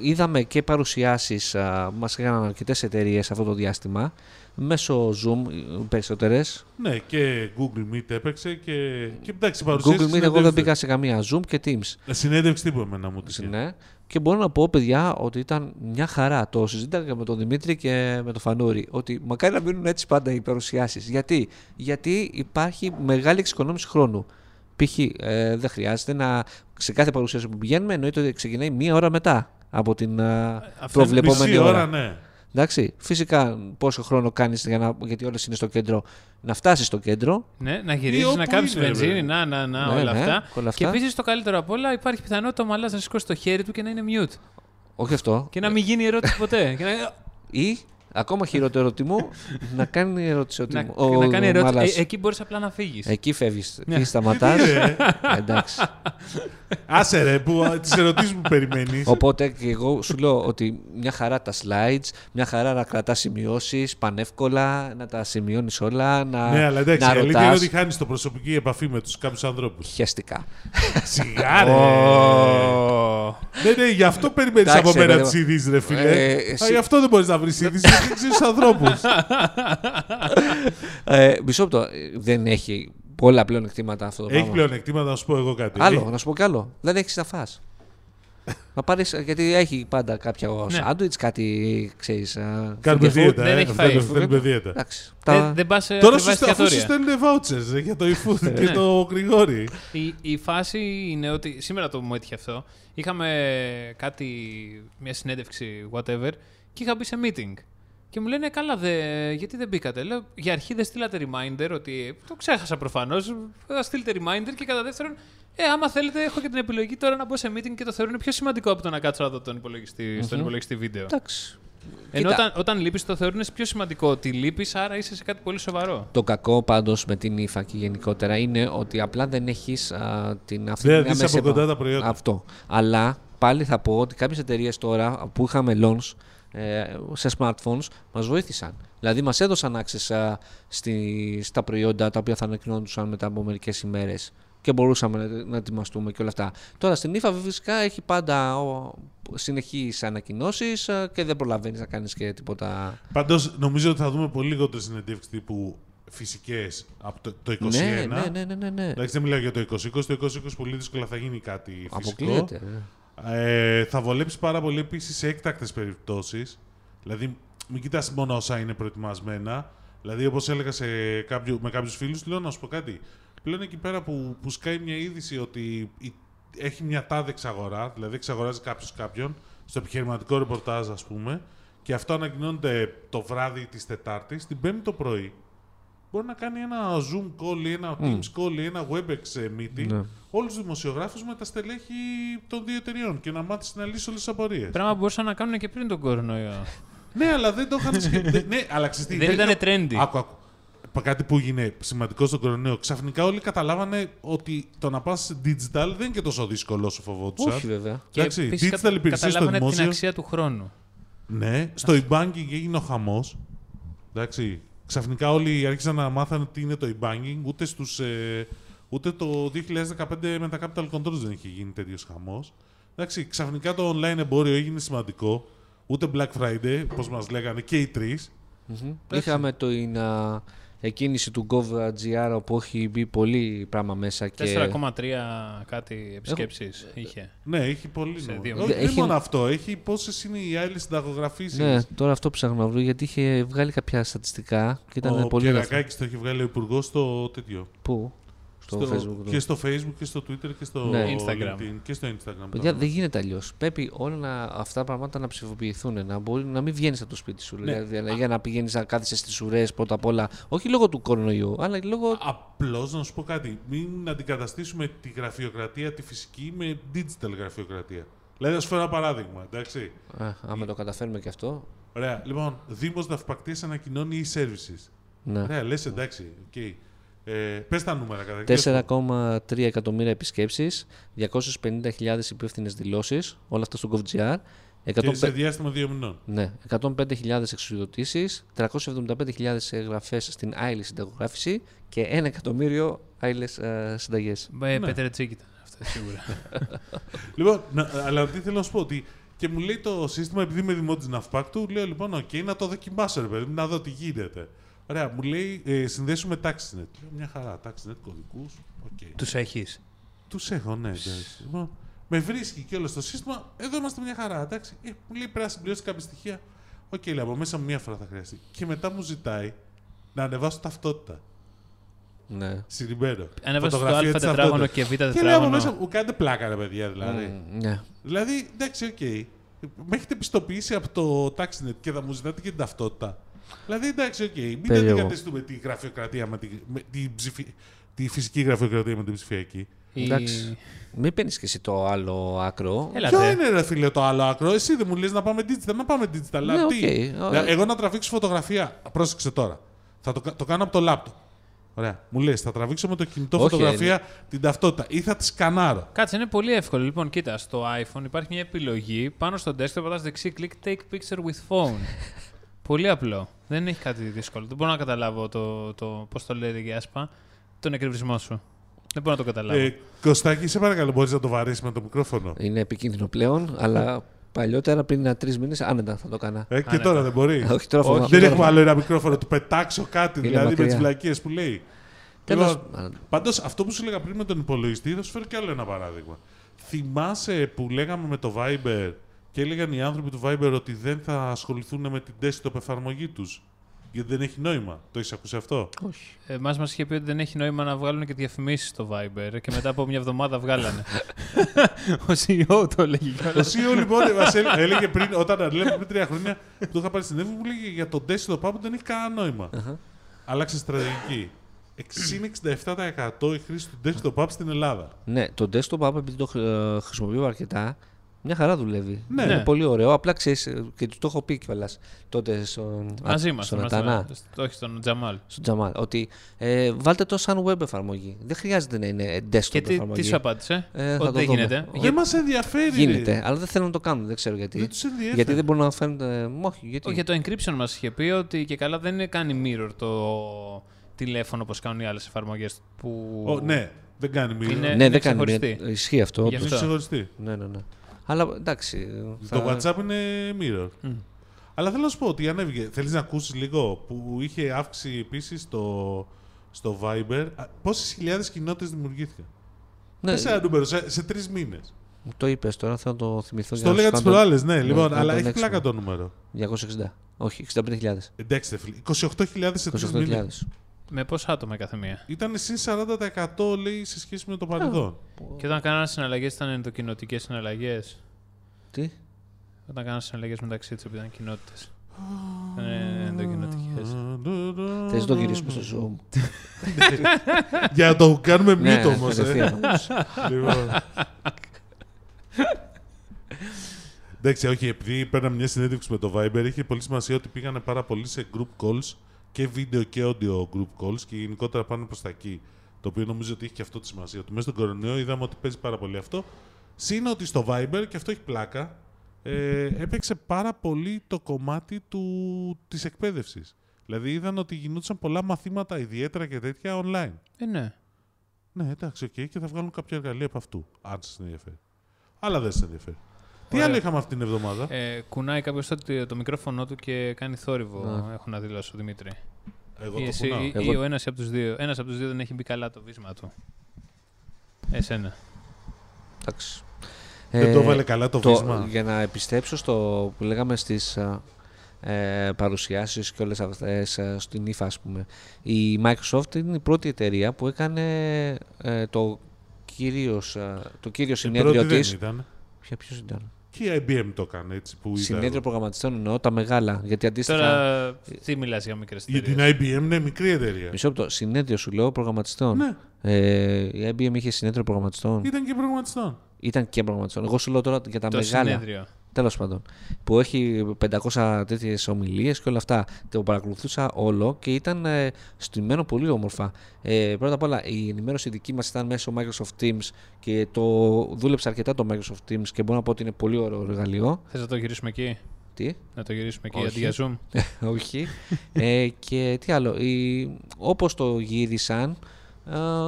είδαμε και παρουσιάσεις α, μας έκαναν αρκετές εταιρείες αυτό το διάστημα μέσω Zoom οι περισσότερες. Ναι, και Google Meet έπαιξε και. και εντάξει, παρουσίαση. Ε, Google Meet εγώ δεν μπήκα σε καμία Zoom και Teams. Συνέντευξη τύπου εμένα μου τη Ναι. Και μπορώ να πω, παιδιά, ότι ήταν μια χαρά. Το συζήτηκα και με τον Δημήτρη και με τον Φανούρη. Ότι μακάρι να μείνουν έτσι πάντα οι παρουσιάσεις. Γιατί? Γιατί υπάρχει μεγάλη εξοικονόμηση χρόνου. Π.χ. ε, δεν χρειάζεται να σε κάθε παρουσίαση που πηγαίνουμε, εννοείται ότι ξεκινάει μία ώρα μετά από την ε, αυτό είναι προβλεπόμενη Μισή ώρα. ώρα, ναι. Εντάξει, φυσικά πόσο χρόνο κάνεις για να, γιατί όλες είναι στο κέντρο, να φτάσεις στο κέντρο. Ναι, να Ή γυρίσει, όπου να κάψει είναι, βενζίνη, βέβαια. να, να, να, Ναι, όλα, ναι, αυτά. όλα Και αυτά. επίσης το καλύτερο απ' όλα, υπάρχει πιθανότητα ο μαλάς να σηκώσει το χέρι του και να είναι mute. Όχι αυτό. Και να μην γίνει ερώτηση ποτέ. Και να, Ή, ακόμα χειρότερο ότι μου, να κάνει ερώτηση ότι να, μου- ο- Ε, να κάνει ο Μάλας. ερώτηση. Ε, εκεί μπορείς απλά να φύγεις. Εκεί φεύγεις. Ναι. Εκεί σταματάς. Ε, Εντάξει. Άσε ρε, που τις ερωτήσεις που περιμένεις. Οπότε και εγώ σου λέω ότι μια χαρά τα slides, μια χαρά να κρατάς σημειώσεις πανεύκολα, να τα σημειώνεις όλα, να, Ναι, αλλά εντάξει, να η αλήθεια είναι ρωτάς ότι χάνεις το προσωπική επαφή με τους κάποιους ανθρώπους. χιαστικά. Σιγά, ρε. Ναι, ναι, γι' αυτό περιμένεις Εντάξει, από μένα παιδί τις ειδήσεις, ρε φίλε. Ε, Α, εσύ- Ναι. Γι' αυτό δεν μπορείς να βρεις ειδήσεις, γιατί δεν ξέρει του ανθρώπους. Ε, μισό λεπτό, ε, δεν έχει πολλά πλέον εκτίματα αυτό το Έχει πράγμα. πλεονεκτήματα να σου πω εγώ κάτι. Άλλο, Έχει- να σου πω κι άλλο. Δεν έχεις να φας. να πάρεις, ε, γιατί έχει πάντα κάποια ναι. σάντουιτς, κάτι, ξέρεις... ε, Κάνουμε finger food. δίαιτα. δεν ε, έχει φάει. θέλουμε- Θέλουμε δίαιτα. Εντάξει. Δεν Τα... Ε, δεν πας σε Τώρα ακριβά σου στα- αφού σου εστιατόρια. στέλνουν vouchers ε, για το Ε, eFood ναι. και το Γρηγόρη. Η, η φάση είναι ότι σήμερα το μου έτυχε αυτό. Είχαμε κάτι, μια συνέντευξη, whatever, και είχα μπει σε meeting. Και μου λένε, καλά, δε, γιατί δεν μπήκατε. Λέω, για αρχή δεν στείλατε reminder, ότι ε, το ξέχασα προφανώς. Θα στείλετε reminder και κατά δεύτερον, ε, άμα θέλετε, έχω και την επιλογή τώρα να μπω σε meeting και το θεωρούν πιο σημαντικό από το να κάτσω να δω τον υπολογιστη στον υπολογιστή βίντεο. Εντάξει. Ενώ Κοίτα. όταν, όταν λείπεις, το θεωρούν πιο σημαντικό ότι λείπεις, άρα είσαι σε κάτι πολύ σοβαρό. Το κακό πάντως με την ύφα και γενικότερα είναι ότι απλά δεν έχεις την αυτή Δεν την δεις άμεση Ναι, από κοντά επα- τα προϊόντα. Αυτό. Αλλά πάλι θα πω ότι κάποιες εταιρείες τώρα που είχαμε launch ε, σε smartphones μας βοήθησαν. Δηλαδή μας έδωσαν access α, στη, στα προϊόντα τα οποία θα ανακοινώντουσαν μετά από μερικές ημέρες και μπορούσαμε να, να ετοιμαστούμε και όλα αυτά. Τώρα στην ύφα φυσικά έχει πάντα ο, συνεχείς ανακοινώσεις ε, και δεν προλαβαίνεις να κάνεις και τίποτα. Πάντως νομίζω ότι θα δούμε πολύ λιγότερες συνεντεύξεις τύπου φυσικές από το, το 21. Ναι, ναι, ναι, ναι, ναι, ναι. Εντάξει, δεν μιλάω για το 2020. Το 2020 πολύ δύσκολα θα γίνει κάτι φυσικό. Αποκλείεται. ρε. Ε, θα βολέψει πάρα πολύ επίσης σε έκτακτες περιπτώσεις. Δηλαδή, μην κοιτάς μόνο όσα είναι προετοιμασμένα. Δηλαδή, όπως έλεγα σε κάποιο, με κάποιους φίλους, λέω να σου πω κάτι. Πλέον εκεί πέρα που, που σκάει μια είδηση ότι η- έχει μια τάδε εξαγορά, δηλαδή εξαγοράζει κάποιος κάποιον, στο επιχειρηματικό ρεπορτάζ, ας πούμε, και αυτό ανακοινώνεται το βράδυ της Τετάρτης, την Πέμπτη το πρωί. Μπορεί να κάνει ένα Zoom call ή ένα Teams call ή ένα WebEx ε, meeting Ναι. όλους τους δημοσιογράφους με τα στελέχη των δύο εταιριών και να μάθεις να λύσεις όλες τις απορίες. Πράγμα που μπορούσαν να κάνουν και πριν τον κορονοϊό. Ναι, αλλά δεν το είχαν σκεφτεί. ναι, αλλά ξέρεις τι, Δεν ήτανε είχαν- trendy. Άκου, άκου. Πα- Κάτι που έγινε σημαντικό στον κορονοϊό. Ξαφνικά όλοι καταλάβανε ότι το να πας digital δεν είναι και τόσο δύσκολο όσο φοβόντουσαν. Όχι βέβαια. Και Εντάξει, επίσης digital υπηρεσίες στο καταλάβανε την δημόσιο. αξία του χρόνου. Ναι, στο e-banking έγινε ο χαμός. Εντάξει. Ξαφνικά όλοι άρχισαν να μάθανε τι είναι το e-banking, ούτε στους ε, Ούτε το 2015 με τα Capital Controls δεν είχε γίνει τέτοιος χαμός. Εντάξει, ξαφνικά το online εμπόριο έγινε σημαντικό. Ούτε Black Friday, όπως μας λέγανε, και οι τρεις. Μμμ. Είχαμε το, την α, εκκίνηση του GovGR όπου έχει μπει πολύ πράγμα μέσα και 4,3 κάτι επισκέψεις είχε. Ναι, έχει πολύ Σε νόημα. δύο. Όχι, Δεν Έχει- μόνο αυτό, έχει πόσες είναι οι άλλε συνταγογραφήσεις. Ναι, τώρα αυτό ψάχνω να βρω γιατί είχε βγάλει κάποια στατιστικά και ήταν ο πολύ λάθος. Κερακάκης το έχει βγάλει ο Υπουργός στο τέτοιο. Πού? Στο, Facebook. Και στο Facebook και στο Twitter και στο Ναι. Instagram. LinkedIn και στο Instagram. Παιδιά, τώρα. δεν γίνεται αλλιώς. Πρέπει όλα να- αυτά τα πράγματα να ψηφοποιηθούν, να, μπορεί, να μην βγαίνεις από το σπίτι σου. Δηλαδή, αλλά για να πηγαίνεις να κάθεσαι στις ουρές πρώτα απ' όλα. Όχι λόγω του κορονοϊού, αλλά λόγω. Απλώς να σου πω κάτι. Μην αντικαταστήσουμε τη γραφειοκρατία, τη φυσική, με digital γραφειοκρατία. Δηλαδή, να σου φέρω ένα παράδειγμα, εντάξει. Α, άμα το καταφέρουμε και αυτό. Ωραία. Λοιπόν, Δήμος Ναυπακτία ανακοινώνει e-services. Ναι. Ναι, λες εντάξει. Okay. Ε, Πες τα νούμερα κατά κύριο. 4,3 εκατομμύρια επισκέψεις, 250.000 υπεύθυνες δηλώσεις, όλα αυτά στο GovGR. Και σε 105 διάστημα δύο μηνών. Ναι, 105.000 εξουσιοδοτήσει, 375.000 εγγραφές στην άειλη συνταγογράφηση και 1 εκατομμύριο ε, άειλε συνταγέ. Ναι. Πετρετσίκη ήταν αυτό σίγουρα. Λοιπόν, να- αλλά τι θέλω να σου πω ότι και μου λέει το σύστημα, επειδή είμαι δημότης Ναυπάκτου, λέω λοιπόν, οκ, να το δοκιμάσω, ρε παιδί μου, να δω τι γίνεται. Ωραία, μου λέει ε, συνδέσουμε TaxNet. Λέω μια χαρά, TaxNet κωδικούς. οκ. Τους έχεις. Τους έχω, ναι, εντάξει. Λοιπόν, με βρίσκει και όλο στο σύστημα, εδώ είμαστε μια χαρά, εντάξει. Ε, μου λέει πρέπει να συμπληρώσει κάποια στοιχεία. Οκ, λέω από μέσα μου μια φορά θα χρειαστεί. Και μετά μου ζητάει να ανεβάσω ταυτότητα. Ναι. Συνημένο. Ανέβασε το Φωτογραφία Α της τετράγωνο και ταυτότητας. Β Και λέω από μέσα τετράγωνο. μου, κάντε πλάκα, ρε παιδιά, δηλαδή. Μ, ναι. Δηλαδή, εντάξει, οκ. Με έχετε πιστοποιήσει από το TaxNet και θα μου ζητάτε και την ταυτότητα. Δηλαδή, εντάξει, οκ. Μην Περίεργο. αντικαταστούμε τη γραφειοκρατία με τη, με τη, ψηφι- τη φυσική γραφειοκρατία με την ψηφιακή. Η- Εντάξει. Μην παίρνεις και εσύ το άλλο άκρο. Έλα, Ποιο δε. είναι, ρε φίλε, το άλλο άκρο. Εσύ δεν μου λες να πάμε digital. Να πάμε digital. Ναι, αλλά τι. οκ. Δηλαδή, Εγώ να τραβήξω φωτογραφία. Πρόσεξε τώρα. Θα το, κα- το κάνω από το λάπτο. Ωραία. Μου λες, θα τραβήξω με το κινητό Όχι, ε, ναι. φωτογραφία την ταυτότητα ή θα τη σκανάρω. Κάτσε, είναι πολύ εύκολο. Λοιπόν, κοίτα, στο iPhone υπάρχει μια επιλογή. Πάνω στο desktop πατάς δεξί, click take picture with phone. πολύ απλό. Δεν έχει κάτι δύσκολο. Δεν μπορώ να καταλάβω το, το πώς το λέει η Άσπα, τον εκρηβρισμό σου. Δεν μπορώ να το καταλάβω. Ε, Κωστάκη, σε παρακαλώ, μπορείς να το βαρύσεις με το μικρόφωνο. Είναι επικίνδυνο πλέον, αλλά παλιότερα πριν τρεις μήνες άνετα θα το έκανα. Ε, και Άνετα. τώρα δεν μπορεί. Όχι, τώρα φοβάμαι. Δεν Τώρα έχουμε φοβάμαι. άλλο ένα μικρόφωνο, του πετάξω κάτι Είναι δηλαδή με μακριά. τι βλακίες που λέει. Τέλος Λοιπόν, πάντων. Πάντως, αυτό που σου έλεγα πριν με τον υπολογιστή, θα σου φέρω κι άλλο ένα παράδειγμα. Θυμάσαι που λέγαμε με το Viber και έλεγαν οι άνθρωποι του Viber ότι δεν θα ασχοληθούν με την desktop εφαρμογή τους. Γιατί δεν έχει νόημα. Το έχεις ακούσει αυτό. Όχι. Εμάς μας Ε, είχε πει ότι δεν έχει νόημα να βγάλουν και διαφημίσεις στο Viber και μετά από μια εβδομάδα βγάλανε. Ο CEO το λέγει Το κιόλα. CEO λοιπόν ε, μας έλε- έλεγε πριν, όταν ανέλαβε πριν τρία χρόνια που το είχα πάρει στην Εύη, μου λέγε για τον desktop app δεν έχει κανένα νόημα. Άλλαξε στρατηγική. 60-67% η χρήση του desktop app στην Ελλάδα. Ναι, το desktop app επειδή το χρ- ε, χρησιμοποιώ αρκετά, μια χαρά δουλεύει. Ναι. Είναι Ναι. πολύ ωραίο. Απλά ξέρεις και του το έχω πει κιόλας τότε στον Μαζί ναι. α, μα. στον Ατανά. Όχι, στον Τζαμάλ. στον Τζαμάλ ότι ε, βάλτε το σαν web εφαρμογή. Δεν χρειάζεται να είναι desktop Και τι, εφαρμογή. τι σου απάντησε, Ε, θα Ότι το δεν δούμε. γίνεται. Όχι. Δεν μας ενδιαφέρει. ρε. Γίνεται, αλλά δεν θέλουν να το κάνουν, δεν ξέρω γιατί. Δεν τους ενδιαφέρει. γιατί δεν μπορούν να φέρουν. ε, μ, όχι, γιατί. Όχι, για το encryption μας είχε πει ότι και καλά δεν είναι κάνει mirror το τηλέφωνο όπως κάνουν οι άλλες εφαρμογές που... Ω, ναι, δεν κάνει μήνυμα. Είναι- Είναι... ναι, δεν κάνει. ξεχωριστή. ε, Ισχύει αυτό. Για όντως. αυτό. ξεχωριστή. Ναι, ναι, ναι. Αλλά εντάξει. ε, θα- Το WhatsApp είναι mirror. Αλλά θέλω να σου πω ότι ανέβηκε. Θέλεις να ακούσεις λίγο που είχε αύξηση επίσης στο, στο Viber. Πόσες χιλιάδες κοινότητες δημιουργήθηκαν. Ναι, Πες ένα νούμερο, σε, σε τρεις μήνες. μου το είπες τώρα, θα το θυμηθώ. για Στο να λέγα τις σου κάνω το- προάλλες, ναι, λοιπόν, να αλλά το έχει αντέξουμε. πλάκα το νούμερο. 260. Όχι, 65.000. Εντάξει, ρε φίλε, 28.000 σε τρεις μήνε. 28.000. Με πόσα άτομα κάθε μία. Ήταν συν 40% λέει σε σχέση με το παρελθόν. Και όταν κάνανε συναλλαγές ήταν ενδοκοινωτικές συναλλαγές. Τι. Όταν κάνανε συναλλαγές μεταξύ τους που ήταν κοινότητες. Ε, Ήταν ενδοκοινωτικές. Θε το γυρίσουμε στο Zoom. Για να το κάνουμε μύτο ε. όμως. Ναι, κατευθείαν όμως. Λοιπόν. Εντάξει, όχι, επειδή παίρναμε μια συνέντευξη με το Viber, είχε πολύ σημασία ότι πήγανε πάρα πολύ σε group calls και βίντεο και audio group calls και γενικότερα πάνε προς τα εκεί. Το οποίο νομίζω ότι έχει και αυτό τη σημασία. Ότι μέσα στον κορονοϊό είδαμε ότι παίζει πάρα πολύ αυτό. Συν ότι στο Viber, και αυτό έχει πλάκα, ε, έπαιξε πάρα πολύ το κομμάτι του, της εκπαίδευσης. Δηλαδή είδαν ότι γινόντουσαν πολλά μαθήματα ιδιαίτερα και τέτοια online. Ε, ναι. Ναι, εντάξει, οκ, και θα βγάλουν κάποια εργαλεία από αυτού. Αν σας ενδιαφέρει. Αλλά δεν σας ενδιαφέρει. Τι άλλο είχαμε αυτή την εβδομάδα. Ε, κουνάει κάποιος το, το μικρόφωνο του και κάνει θόρυβο. Έχω να δηλώσω, Δημήτρη. Εγώ Ή, το εσύ, κουνάω. ή, Ναι. Εγώ- ή ο ένας από τους δύο. Ένας από τους δύο δεν έχει μπει καλά το βίσμα του. Εσένα. Εντάξει. Δεν Ε, το έβαλε καλά το, βίσμα. Για να επιστρέψω στο που λέγαμε στις α, ε, παρουσιάσεις και όλες αυτές α, στην ύφα ας πούμε. Η Microsoft είναι η πρώτη εταιρεία που έκανε ε, το, κύριος, α, το κύριο Η συνέδριο πρώτη της. δεν ήταν. Ποια ποιος ήταν. Και η IBM το έκανε έτσι που ήταν. Συνέδριο προγραμματιστών εννοώ τα μεγάλα. Γιατί αντίστοιχα. Τώρα, τι μιλάς για μικρές Για την εταιρείες. IBM, ναι, μικρή εταιρεία. Μισό λεπτό. Συνέδριο σου λέω προγραμματιστών. Ναι, Ε- Ε, η IBM είχε συνέδριο προγραμματιστών. ήταν και προγραμματιστών. Ήταν και προγραμματιστών. Εγώ σου λέω τώρα για τα Το μεγάλα. συνέδριο. Τέλος πάντων. Που έχει 500 τέτοιες ομιλίες και όλα αυτά. Το παρακολουθούσα όλο και ήταν ε, στημένο πολύ όμορφα. Ε, πρώτα απ' όλα, η ενημέρωση δική μας ήταν μέσω Microsoft Teams και το δούλεψα αρκετά το Microsoft Teams και μπορώ να πω ότι είναι πολύ ωραίο εργαλείο. Θες να το γυρίσουμε εκεί. Τι, Να το γυρίσουμε εκεί Όχι. αντί για Zoom. όχι. ε, και τι άλλο. Η, όπως το γύρισαν,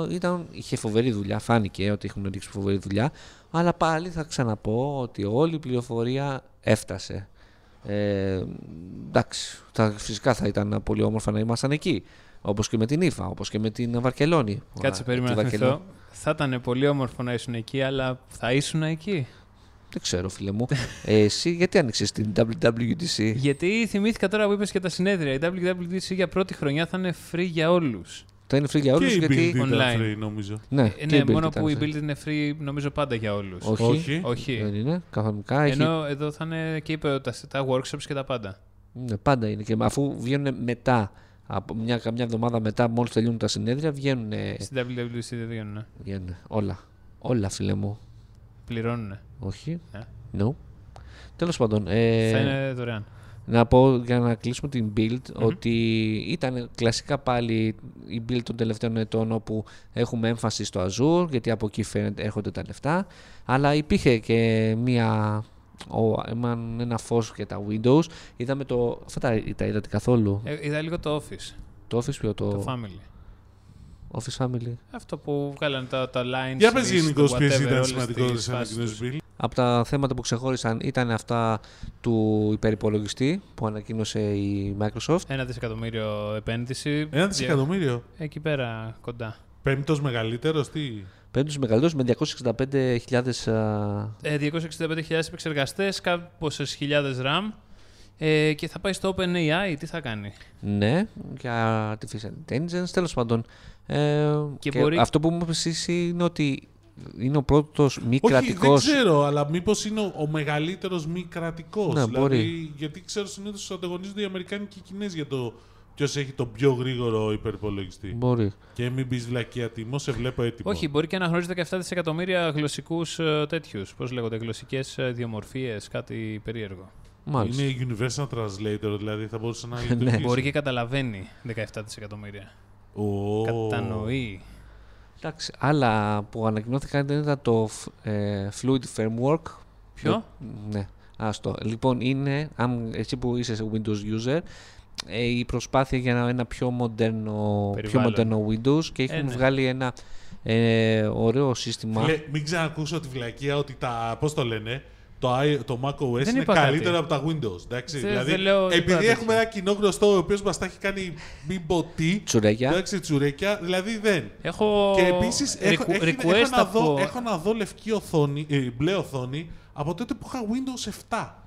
ε, ήταν, είχε φοβερή δουλειά. Φάνηκε ότι έχουν ρίξει φοβερή δουλειά. Αλλά πάλι θα ξαναπώ ότι όλη η πληροφορία έφτασε. Ε, εντάξει, θα, φυσικά θα ήταν πολύ όμορφα να ήμασταν εκεί. Όπως και με την Ήφα, όπως και με την Βαρκελόνη. Κάτσε, Τη περίμενα να Βαρκελόνη. θυμηθώ. Θα ήταν πολύ όμορφο να ήσουν εκεί, αλλά θα ήσουν εκεί. Δεν ξέρω, φίλε μου. Ε, εσύ γιατί άνοιξες την WWDC. Γιατί θυμήθηκα τώρα που είπες και τα συνέδρια. Η WWDC για πρώτη χρονιά θα είναι free για όλους. Θα είναι free για όλους και η γιατί... Build ήταν Online. free, νομίζω. Ναι, Ε, και η ναι, Build μόνο ήταν που η free. build είναι free νομίζω πάντα για όλους. Όχι. Όχι. Όχι. Δεν είναι, κανονικά. Έχει... Ενώ εδώ θα είναι και είπε τα, τα workshops και τα πάντα. Ναι, πάντα είναι. Και αφού βγαίνουν μετά, από μια καμιά εβδομάδα μετά, μόλις τελειώνουν τα συνέδρια, βγαίνουν, Στην WWDC δεν βγαίνουν. βγαίνουν όλα. Όλα, φίλε μου. Πληρώνουν. Όχι. Ναι. No. Τέλος πάντων, ε, Θα είναι δωρεάν. να πω για να κλείσουμε την build ότι ήταν κλασικά πάλι η build των τελευταίων ετών όπου έχουμε έμφαση στο Azure γιατί από εκεί φαίνεται, έρχονται τα λεφτά αλλά υπήρχε και μία ο, έναν- ένα φως για τα Windows είδαμε το αυτά τα, τα είδατε καθόλου Ε, είδα λίγο το Office, το Office ποιο το Family. Office Family. Αυτό που βγάλανε τα, τα lines. Για πες list, γενικώς το ποιες whatever, ήταν όλες σημαντικότερε τις φάσεις ανακοινώσει τους. Bill. Από τα θέματα που ξεχώρισαν ήταν αυτά του υπερυπολογιστή που ανακοίνωσε η Microsoft. Ένα δισεκατομμύριο επένδυση. Ένα δισεκατομμύριο. Εκεί πέρα κοντά. Πέμπτος μεγαλύτερος, τι. Πέμπτος μεγαλύτερος με 265.000 α, Ε, 265.000 επεξεργαστέ, κάποιε χιλιάδες RAM. Ε, και θα πάει στο OpenAI, τι θα κάνει. ναι για artificial intelligence τέλος πάντων. Ε, Και μπορεί- Αυτό που μου είπες εσύ είναι ότι είναι ο πρώτος μη Όχι, δεν κρατικός ξέρω, αλλά μήπως είναι ο, ο μεγαλύτερος μη κρατικός. Ναι, δηλαδή, μπορεί. Γιατί ξέρω συνήθως ανταγωνίζονται οι Αμερικάνοι και οι Κινέζοι για το ποιος έχει τον πιο γρήγορο υπερυπολογιστή. Μπορεί. Και μην πεις βλακία τιμό, σε βλέπω έτοιμο. Όχι, μπορεί και να γνωρίζετε και 7 δισεκατομμύρια γλωσσικούς τέτοιους. Πώς λέγονται, γλωσσικές διομορφίε, κάτι περίεργο. Μάλιστα. Είναι universal translator, δηλαδή θα μπορούσε να λειτουργήσει. Ναι, Μπορεί και καταλαβαίνει 17 δισεκατομμύρια. Ω, Κατανοεί. Εντάξει, άλλα που ανακοινώθηκαν ήταν το φ- ε, Fluid Framework Ποιο? Ναι, άστο. Λοιπόν, είναι, αν, εσύ που είσαι σε Windows user, ε, η προσπάθεια για ένα, ένα πιο, μοντέρνο, πιο Περιβάλλον. μοντέρνο Windows και έχουν Ε, ναι. βγάλει ένα ε, ωραίο σύστημα. Λε, μην ξανακούσω τη βλακία ότι τα. Πώς το λένε. Το, i- το macOS είναι είπα κάτι. καλύτερο από τα Windows. Εντάξει. Δεν- δηλαδή, δεν λέω- είπα επειδή τέτοια. έχουμε ένα κοινό γνωστό ο οποίος μας τα έχει κάνει μήπω τι. Τσουρέκια. Εντάξει, τσουρέκια, δηλαδή δεν. Έχω. Και επίσης έχω, requ- έχει- έχω, request να δω, από- έχω να δω λευκή οθόνη, ε, μπλε οθόνη από τότε που είχα Windows 7.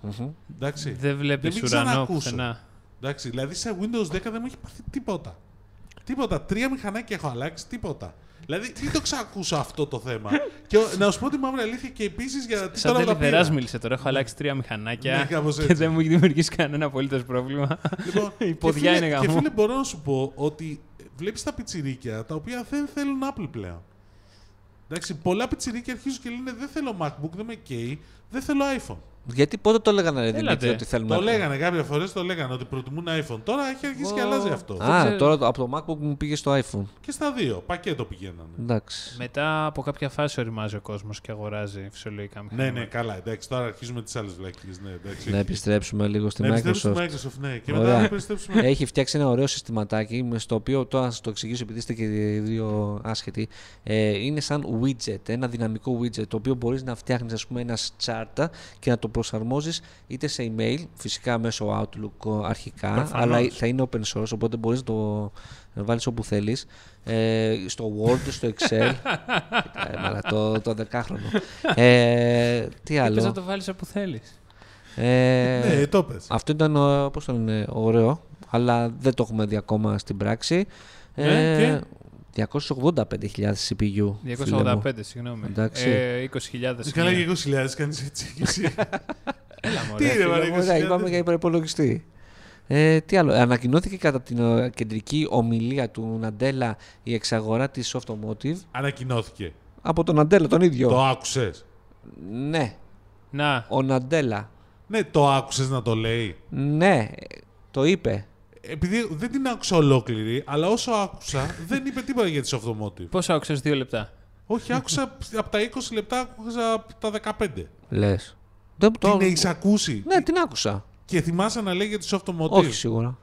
Εντάξει. Δεν βλέπει μην ουρανό ξανακούσω. πουθενά. Εντάξει. Δηλαδή σε Windows 10 δεν μου έχει πάθει τίποτα. Τίποτα. Τρία μηχανάκια έχω αλλάξει, τίποτα. Δηλαδή, μην το ξακούσα αυτό το θέμα. και ο- να σου πω τη μαύρη αλήθεια και επίσης για τι Σαν Ε, τώρα τα τελειφερά πήρα. μίλησε τώρα. Έχω αλλάξει τρία Ναι, μηχανάκια κάπως και έτσι. δεν μου έχει δημιουργήσει κανένα απολύτως πρόβλημα. Λοιπόν, Η ποδιά και είναι φίλε- γαμό. Και φίλε, μπορώ να σου πω ότι βλέπεις τα πιτσιρίκια τα οποία δεν θέλουν Apple πλέον. Εντάξει, πολλά πιτσιρίκια αρχίζουν και λένε Δεν θέλω MacBook, δεν με καίει, δεν θέλω iPhone. Γιατί πότε το λέγανε, ρε Έλατε. Δημήτρη, ότι θέλουμε. Το Apple. λέγανε κάποιες φορές, το λέγανε ότι προτιμούν iPhone. Τώρα έχει αρχίσει και Εγώ- αλλάζει αυτό. Α. Α, ξέρω. τώρα το- από το MacBook μου πήγε στο iPhone. Και στα δύο, πακέτο πηγαίνανε. Εντάξει. Μετά από κάποια φάση οριμάζει ο κόσμος και αγοράζει φυσιολογικά Ναι, μηχανήματα. ναι, καλά, εντάξει, τώρα αρχίζουμε τις άλλες βλακίες. Ναι, εντάξει. Να επιστρέψουμε λίγο στη Να επιστρέψουμε Microsoft. στη Microsoft, ναι. Και Ωραία. μετά να επιστρέψουμε. Έχει φτιάξει ένα ωραίο συστηματάκι με στο οποίο τώρα να σας το εξηγήσω επειδή είστε και οι δύο άσχετοι. Ε, είναι σαν widget, ένα δυναμικό widget το οποίο μπορείς να φτιάχνεις, ας πούμε, ένας τσάρτα και να το προσαρμόζεις είτε σε email, φυσικά μέσω Outlook ε, αρχικά, Προφανώς. αλλά θα είναι open source οπότε μπορείς να το βάλεις όπου θέλεις. Ε, στο Word, στο Excel. ε, μαλα, το, το δεκάχρονο. Ε, τι Είπες να το άλλο. βάλεις όπου θέλεις. Ε, Ναι, το πες. αυτό ήταν, ε, πώς το λένε, ωραίο, αλλά δεν το έχουμε δει ακόμα στην πράξη. Ε, Ναι, και? 285.000 CPU. φίλε μου. 285, συγγνώμη. Εντάξει. Ε, 20.000. Καλά είναι. και 20.000 κάνεις έτσι. και εσύ. Έλα, μωρέ. Τι είναι, Φίλε μου, μαρέ, ωραία, 20.000. Είπαμε για υπερυπολογιστή. Ε, τι άλλο, ανακοινώθηκε κατά την ε, κεντρική ομιλία του Ναντέλα η εξαγορά της Automotive Ανακοινώθηκε. από τον Ναντέλα τον ίδιο. Το άκουσες. Ναι, Να, ο Ναντέλα. Ναι, το άκουσες να το λέει. Ναι, το είπε. Επειδή δεν την άκουσα ολόκληρη, αλλά όσο άκουσα, δεν είπε τίποτα για τη Automotive. πόσο άκουσες δύο Ε, λεπτά. Όχι, άκουσα από τα 20 λεπτά, άκουσα από τα 15. Λες. Δεν το... Την έχεις ακούσει. Ναι, την άκουσα. Και θυμάσαι να λέει για τη Automotive. Όχι σίγουρα.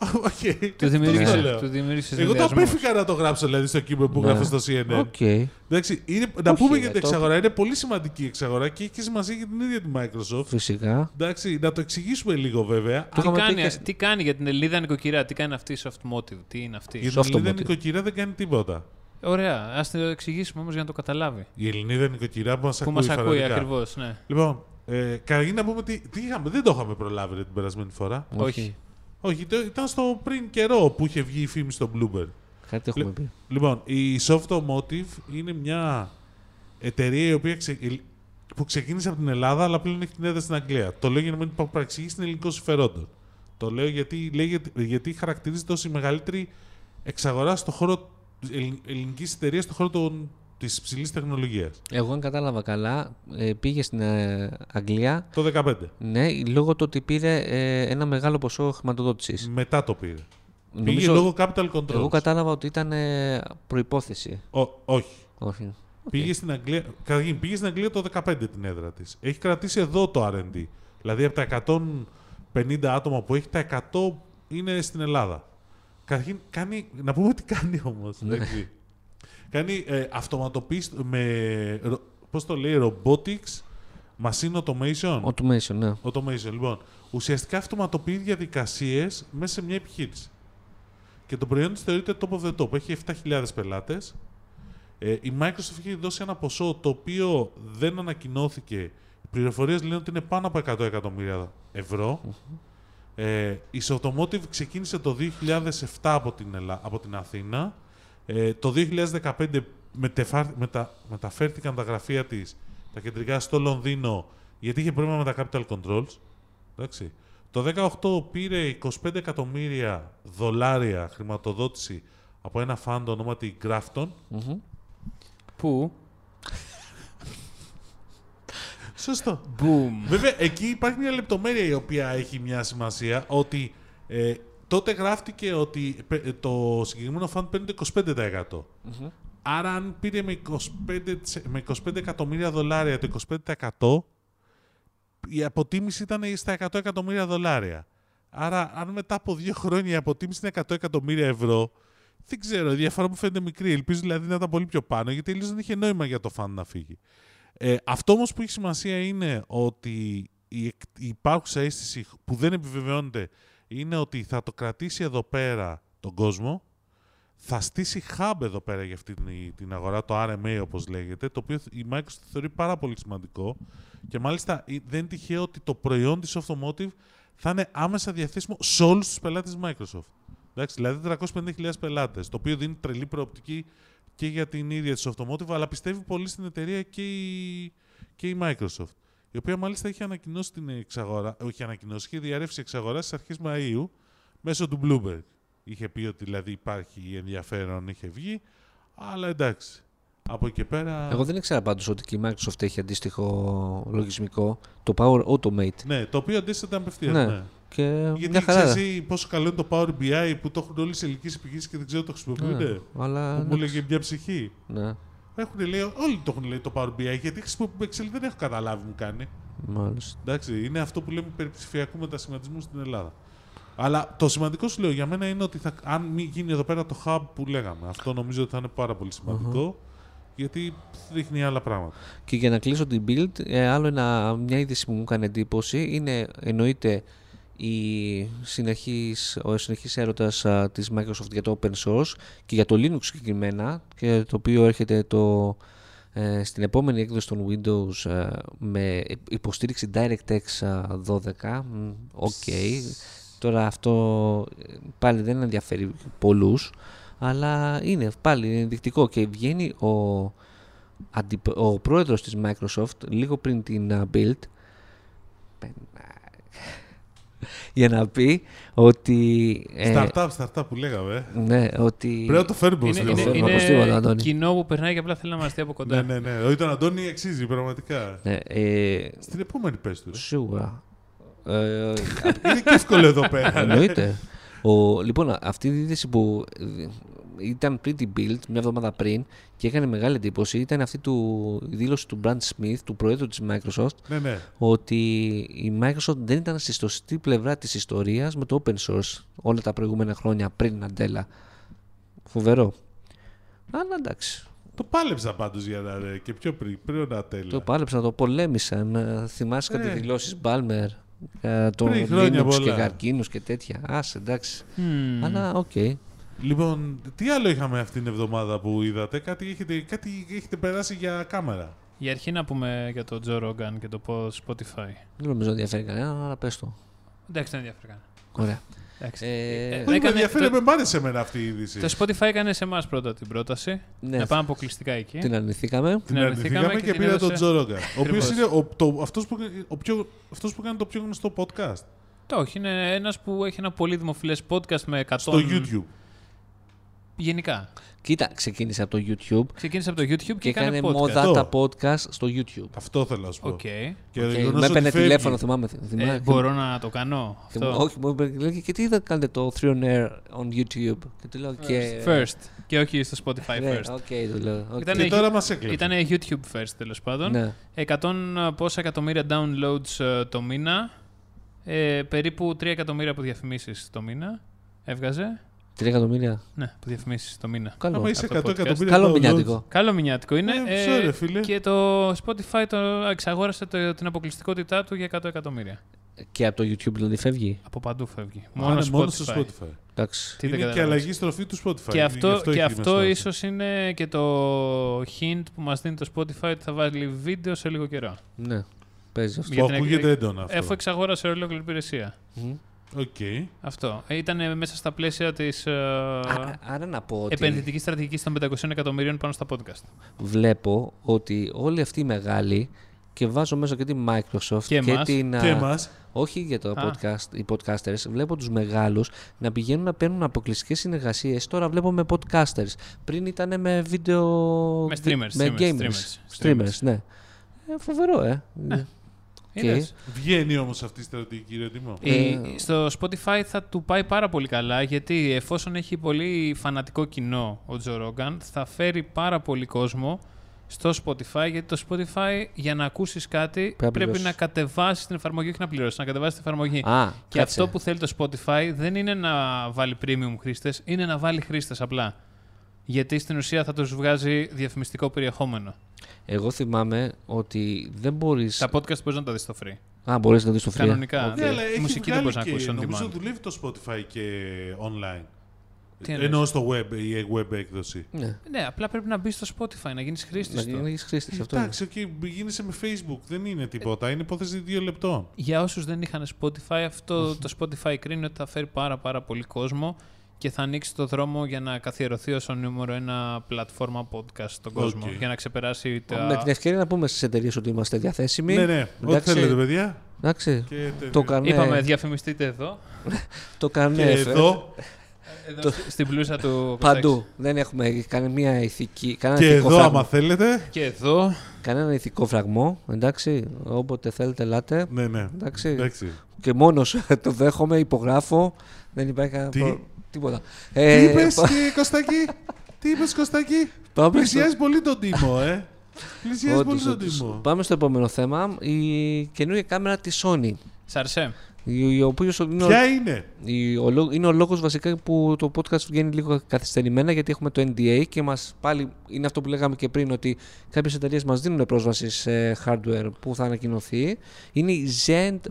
Οκ. Του Αυτό δημιούργησε. λέω. Του δημιούργησε. Εγώ το συνδυασμό. απέφυγα να το γράψω δηλαδή στο κείμενο που Ναι. γράφω στο CNN. Οκ. Εντάξει, είναι, να Όχι, πούμε ρε, για την το- εξαγορά. Είναι πολύ σημαντική η εξαγορά και έχει σημασία για την ίδια τη Microsoft. Φυσικά. Εντάξει, να το εξηγήσουμε λίγο βέβαια. Το Τι είχαμε πει κάνει, και- τι κάνει για την Ελληνίδα νοικοκυρά, τι κάνει αυτή η Softmotive, τι είναι αυτή. Η Soft Ελληνίδα motive. νοικοκυρά δεν κάνει τίποτα. Ωραία, ας το εξηγήσουμε όμως για να το καταλάβει. Η Ελληνίδα νοικοκυρά που μας ακούει. Που μας ακούει φανατικά. ακριβώς, ναι. Λοιπόν, ε, καταρχήν να πούμε τι, τι είχαμε. Δεν το είχαμε προλάβει ρε, την περασμένη φορά. Όχι. Όχι, το- ήταν στο πριν καιρό που είχε βγει η φήμη στο Bloomberg. Κάτι έχουμε πει. Λοιπόν, η Softomotive είναι μια εταιρεία η οποία ξε- που ξεκίνησε από την Ελλάδα, αλλά πλέον έχει την έδρα στην Αγγλία. Το λέω για να μην υπά- παρεξηγήσει την ελληνικό συμφερόντων. Το λέω γιατί, λέγεται- γιατί χαρακτηρίζεται ως η μεγαλύτερη εξαγορά στο χώρο ελληνικής εταιρείας στον χώρο τη υψηλή τεχνολογίας. Εγώ, αν κατάλαβα καλά, ε, πήγε στην ε, Αγγλία. Το 2015. Ναι, λόγω του ότι πήρε ε, ένα μεγάλο ποσό χρηματοδότησης. Μετά το πήρε. Πήγε λόγω capital controls. εγώ κατάλαβα ότι ήταν ε, προπόθεση. Ο- όχι. Όχι. Πήγε στην Αγγλία, καταρχήν, πήγε στην Αγγλία το 2015 την έδρα της. Έχει κρατήσει εδώ το RD. Δηλαδή από τα 150 άτομα που έχει, τα 100 είναι στην Ελλάδα. Καταρχήν, κάνει, να πούμε τι κάνει όμως. κάνει ε, αυτοματοποίηση με. ρο- πώς το λέει, robotics, machine automation. Automation, ναι. Automation, λοιπόν. Ουσιαστικά αυτοματοποιεί διαδικασίες μέσα σε μια επιχείρηση. Και το προϊόν της θεωρείται top of the top. Έχει 7.000 πελάτες. Ε, η Microsoft έχει δώσει ένα ποσό το οποίο δεν ανακοινώθηκε. Οι πληροφορίες λένε ότι είναι πάνω από 100 εκατομμύρια ευρώ. Ε, η Sotomotive ξεκίνησε το 2007 από την, Ελλά- από την Αθήνα. Ε, το 2015 μετεφά- μετα- μεταφέρθηκαν τα γραφεία της, τα κεντρικά, στο Λονδίνο, γιατί είχε πρόβλημα με τα capital controls. Εντάξει. Το 2018 πήρε 25 εκατομμύρια δολάρια χρηματοδότηση από ένα φάντο ονόματι Grafton. Μμμ. Πού. Σωστό. Boom. Βέβαια, εκεί υπάρχει μια λεπτομέρεια η οποία έχει μια σημασία ότι ε, τότε γράφτηκε ότι πε- ε, το συγκεκριμένο φαν παίρνει το 25%. Άρα, αν πήρε με 25, τσε- με 25 εκατομμύρια δολάρια το 25%, η αποτίμηση ήταν στα 100 εκατομμύρια δολάρια. Άρα, αν μετά από δύο χρόνια η αποτίμηση είναι 100 εκατομμύρια ευρώ, δεν ξέρω, η διαφορά μου φαίνεται μικρή. Ελπίζω δηλαδή να ήταν πολύ πιο πάνω, γιατί αλλιώ δεν είχε νόημα για το φαν να φύγει. Ε, αυτό όμως που έχει σημασία είναι ότι η, εκ- η υπάρχουσα αίσθηση που δεν επιβεβαιώνεται είναι ότι θα το κρατήσει εδώ πέρα τον κόσμο, θα στήσει hub εδώ πέρα για αυτή την, την αγορά, το RMA όπως λέγεται, το οποίο η Microsoft το θεωρεί πάρα πολύ σημαντικό και μάλιστα ε, δεν είναι τυχαίο ότι το προϊόν της Softomotive θα είναι άμεσα διαθέσιμο σε όλους τους πελάτες της Microsoft. Εντάξει, δηλαδή 350.000 πελάτες, το οποίο δίνει τρελή προοπτική και για την ίδια της Automotive, αλλά πιστεύει πολύ στην εταιρεία και η, και η Microsoft. Η οποία μάλιστα είχε ανακοινώσει την εξαγορά, όχι ανακοινώσει, είχε διαρρεύσει εξαγορά στις αρχές Μαΐου μέσω του Bloomberg. Είχε πει ότι δηλαδή υπάρχει ενδιαφέρον, είχε βγει, αλλά εντάξει. Από εκεί και πέρα. Εγώ δεν ήξερα πάντως ότι και η Microsoft έχει αντίστοιχο λογισμικό, το Power Automate. Ναι, το οποίο αντίστατα απευθείας. Ναι. Ναι. Και Γιατί μια χαρά. ξέρεις εσύ πόσο καλό είναι το Power BI που το έχουν όλοι σε ηλικίες επιχείρηση και δεν ξέρω το χρησιμοποιούν. Ναι, αλλά. Που μου έλεγε μια ψυχή. Ναι, Έχουν λέει, όλοι το έχουν λέει το Power BI. Γιατί χρησιμοποιούμε Excel δεν έχω καταλάβει μου κάνει. μάλιστα. Εντάξει, είναι αυτό που λέμε περί ψηφιακού μετασχηματισμού στην Ελλάδα. Αλλά το σημαντικό σου λέω για μένα είναι ότι θα, αν μην γίνει εδώ πέρα το hub που λέγαμε, αυτό νομίζω ότι θα είναι πάρα πολύ σημαντικό, γιατί δείχνει άλλα πράγματα. Και για να κλείσω την build, ε, άλλο ένα, μια είδηση που μου έκανε εντύπωση είναι εννοείται η συνεχής, ο συνεχής έρωτας α, της Microsoft για το open source και για το Linux συγκεκριμένα και το οποίο έρχεται το, ε, στην επόμενη έκδοση των Windows ε, με υποστήριξη DirectX α, 12. Μ, Οκ. Τώρα αυτό ε, πάλι δεν ενδιαφέρει πολλούς αλλά είναι πάλι ενδεικτικό και βγαίνει ο, αντιπ- ο πρόεδρος της Microsoft λίγο πριν την α, Build για να πει ότι ε, startup, startup που λέγαμε. ε. ναι, ότι Πρέπει να το φέρνουμε ως Είναι, λίγο. είναι, Όπως είναι τίποτα, Αντώνη. κοινό που περνάει και απλά θέλει να μας δει από κοντά. Ναι, ναι, ναι. Ο Ήταν Αντώνη αξίζει πραγματικά. ναι, ε, Στην επόμενη πες του. ρε. σίγουρα ε, είναι και εύκολο εδώ πέρα. ρε. Εννοείται. Ο, λοιπόν, α- αυτή η είδηση που ε, ήταν πριν την Build, μια εβδομάδα πριν, και έκανε μεγάλη εντύπωση, ήταν αυτή του, η δήλωση του Brand Smith, του προέδρου της Microsoft, ναι, ναι. ότι η Microsoft δεν ήταν στη σωστή πλευρά της ιστορίας με το open source όλα τα προηγούμενα χρόνια πριν Αντέλα. Φοβερό. Αλλά εντάξει. Το πάλεψα πάντως για να ρε, και πιο πριν, πριν να τέλει. Το πάλεψα να το πολέμησαν. Ε, Θυμάσαι κάτι Ναι. Ε. δηλώσεις Balmer, ε, το Πριν χρόνια Linux και πολλά. καρκίνους και τέτοια. Ας, εντάξει. Μμμ. Αλλά οκ. Λοιπόν, τι άλλο είχαμε αυτήν την εβδομάδα που είδατε, κάτι έχετε, κάτι έχετε περάσει για κάμερα. Για αρχή να πούμε για το Joe Rogan και το πώς Spotify. Δεν νομίζω να ενδιαφέρει κανέναν, αλλά πες το. Εντάξει, δεν ενδιαφέρει κανένα. Ωραία. Εντάξει. Ε, Ε, Όχι, με έκανε- ενδιαφέρει, το- με πάρει σε μένα αυτή η είδηση. Το Spotify έκανε σε εμάς πρώτα την πρόταση. Ναι. Να πάμε αποκλειστικά εκεί. την αρνηθήκαμε. Την αρνηθήκαμε και, την πήρα έδωσε- τον Τζορόγκα. Ο οποίος Ακριβώς. είναι ο, το, αυτός, που, ο πιο, αυτός που κάνει το πιο γνωστό podcast Το όχι, είναι ένας που έχει ένα πολύ δημοφιλές podcast με 100. στο YouTube. Γενικά. Κοίτα, ξεκίνησε από το YouTube Ξεκίνησε από το YouTube και, και έκανε podcast. μόδα Αυτό. τα podcast στο YouTube. Αυτό θέλω να σου πω. Οκ. Ε, Και το Και γεγονός με ότι έπαιρνε φεύγει. Ε, τηλέφωνο, θυμάμαι. θυμάμαι μπορώ να το κάνω θυμάμαι- αυτό. όχι, μου έπαιρνε και λέει και τι θα κάνετε το 3 on air on YouTube. Και του λέω και. First. Και όχι στο Spotify ε, Ναι, first. οκ, του λέω. οκ. Ήταν- Και τώρα μας έκλεψε. Ήταν YouTube first τέλος πάντων. Ναι. 100 πόσα εκατομμύρια downloads ε, το μήνα. Ε, περίπου 3 εκατομμύρια από διαφημίσεις το μήνα. Έβγαζε. 3 εκατομμύρια. Ναι, από διαφημίσεις το μήνα. Άμα Καλό. είσαι από το 100 podcast. εκατομμύρια. Καλό downloads, μηνιάτικο. Καλό μηνιάτικο είναι. Ε, Ναι, μισό, ρε, φίλε. Και το Spotify το εξαγόρασε το, την αποκλειστικότητά του για 100 εκατομμύρια. Και από το YouTube δηλαδή φεύγει. Από παντού φεύγει. Μόνο, Μόνο, Spotify. ναι, μόνο στο Spotify. Εντάξει. Τι δεν είναι και καταλαβαίνεις. αλλαγή στροφή του Spotify. Και αυτό, Γι' και έχει αυτό μέσα. ίσως είναι και το hint που μας δίνει το Spotify ότι θα βάλει βίντεο σε λίγο καιρό. Ναι. Παίζει αυτό. Το για την ακούγεται εκ- έντονα Εφού αυτό. εξαγόρασε ολόκληρη υπηρεσία. Μμμ. Οκ. Αυτό. Ήταν μέσα στα πλαίσια της ε, Άρα- Άρα να πω ότι. επενδυτικής στρατηγικής των 500 εκατομμυρίων πάνω στα podcast. βλέπω ότι όλοι αυτοί οι μεγάλοι και βάζω μέσα και τη Microsoft Και εμάς. την. Και α, εμάς. Όχι για το Α. podcast, οι podcasters. Βλέπω τους μεγάλους να πηγαίνουν να παίρνουν αποκλειστικές συνεργασίες. Τώρα βλέπω με podcasters. Πριν ήταν με βίντεο... Με streamers, Με streamers, gamers. streamers, Streamers, streamers. ναι. Ε, φοβερό, ε. Οκ. Είδες. Βγαίνει όμως αυτή η στρατηγική, ρε Τιμό. Ε, στο Spotify θα του πάει πάρα πολύ καλά γιατί εφόσον έχει πολύ φανατικό κοινό ο Τζο Ρόγκαν θα φέρει πάρα πολύ κόσμο στο Spotify γιατί το Spotify για να ακούσεις κάτι να πρέπει πληρώσεις. να κατεβάσεις την εφαρμογή όχι να πληρώσεις, να κατεβάσεις την εφαρμογή. Α, Και αυτό που θέλει το Spotify δεν είναι να βάλει premium χρήστες, είναι να βάλει χρήστες απλά. Γιατί στην ουσία θα τους βγάζει διαφημιστικό περιεχόμενο. Εγώ θυμάμαι ότι δεν μπορείς... Τα podcast μπορείς να τα δεις στο free. Α, μπορείς να δεις το free. ε. Κανονικά. Ναι, αλλά έχει ε, μουσική δεν βγάλει μπορείς να και- ακούσεις on Νομίζω demand. δουλεύει το Spotify και online. Τι εννοείς? Εννοώ στο web, η web έκδοση. Ναι. Ναι, απλά πρέπει να μπεις στο Spotify, να γίνεις χρήστης. Να γίνεις χρήστης αυτό. είναι. Εντάξει, οκ, γίνεσαι με Facebook. Δεν είναι τίποτα. Είναι υπόθεση δύο λεπτών. Για όσους δεν είχαν Spotify, αυτό το Spotify κρίνει ότι θα φέρει πάρα, πάρα πολύ κόσμο και θα ανοίξει το δρόμο για να καθιερωθεί ως ο νούμερο ένα πλατφόρμα podcast στον κόσμο. Οκ. Για να ξεπεράσει τα. Με την ευκαιρία να πούμε στις εταιρείες ότι είμαστε διαθέσιμοι. Ναι, ναι. Ό,τι Εντάξει. θέλετε, παιδιά. Εντάξει. Και, Το καρνέ. Είπαμε, διαφημιστείτε εδώ. Το καρνέ. ε. ε, και εδώ. Εδώ στη- στην πλούσα του Παντού. Κωστάκη. Δεν έχουμε καμία ηθική, κανένα, Και ηθικό εδώ, φραγμό. άμα θέλετε. Και εδώ. κανένα ηθικό φραγμό. Εντάξει, όποτε θέλετε, ελάτε. Ναι, ναι. Εντάξει. Εντάξει. Και μόνος το δέχομαι, υπογράφω. Δεν υπάρχει κανένα Τι? προ- Τίποτα. Τι Ε, είπες, πα- Κωστακή, τι είπες, Κωστακή. Πάμε Πλησιάζει πολύ τον Τίμο, ε. Πλησιάζει πολύ Όντως, τον όντως. Τίμο. Πάμε στο επόμενο θέμα. Η καινούργια κάμερα της Sony. Σαρσέ. Η, η οποίος είναι, ο- Ποια είναι. η- ο λο- είναι ο λόγος βασικά που το podcast βγαίνει λίγο καθυστερημένα γιατί έχουμε το NDA και μας πάλι είναι αυτό που λέγαμε και πριν ότι κάποιες εταιρείες μας δίνουν πρόσβαση σε hardware που θα ανακοινωθεί. Είναι η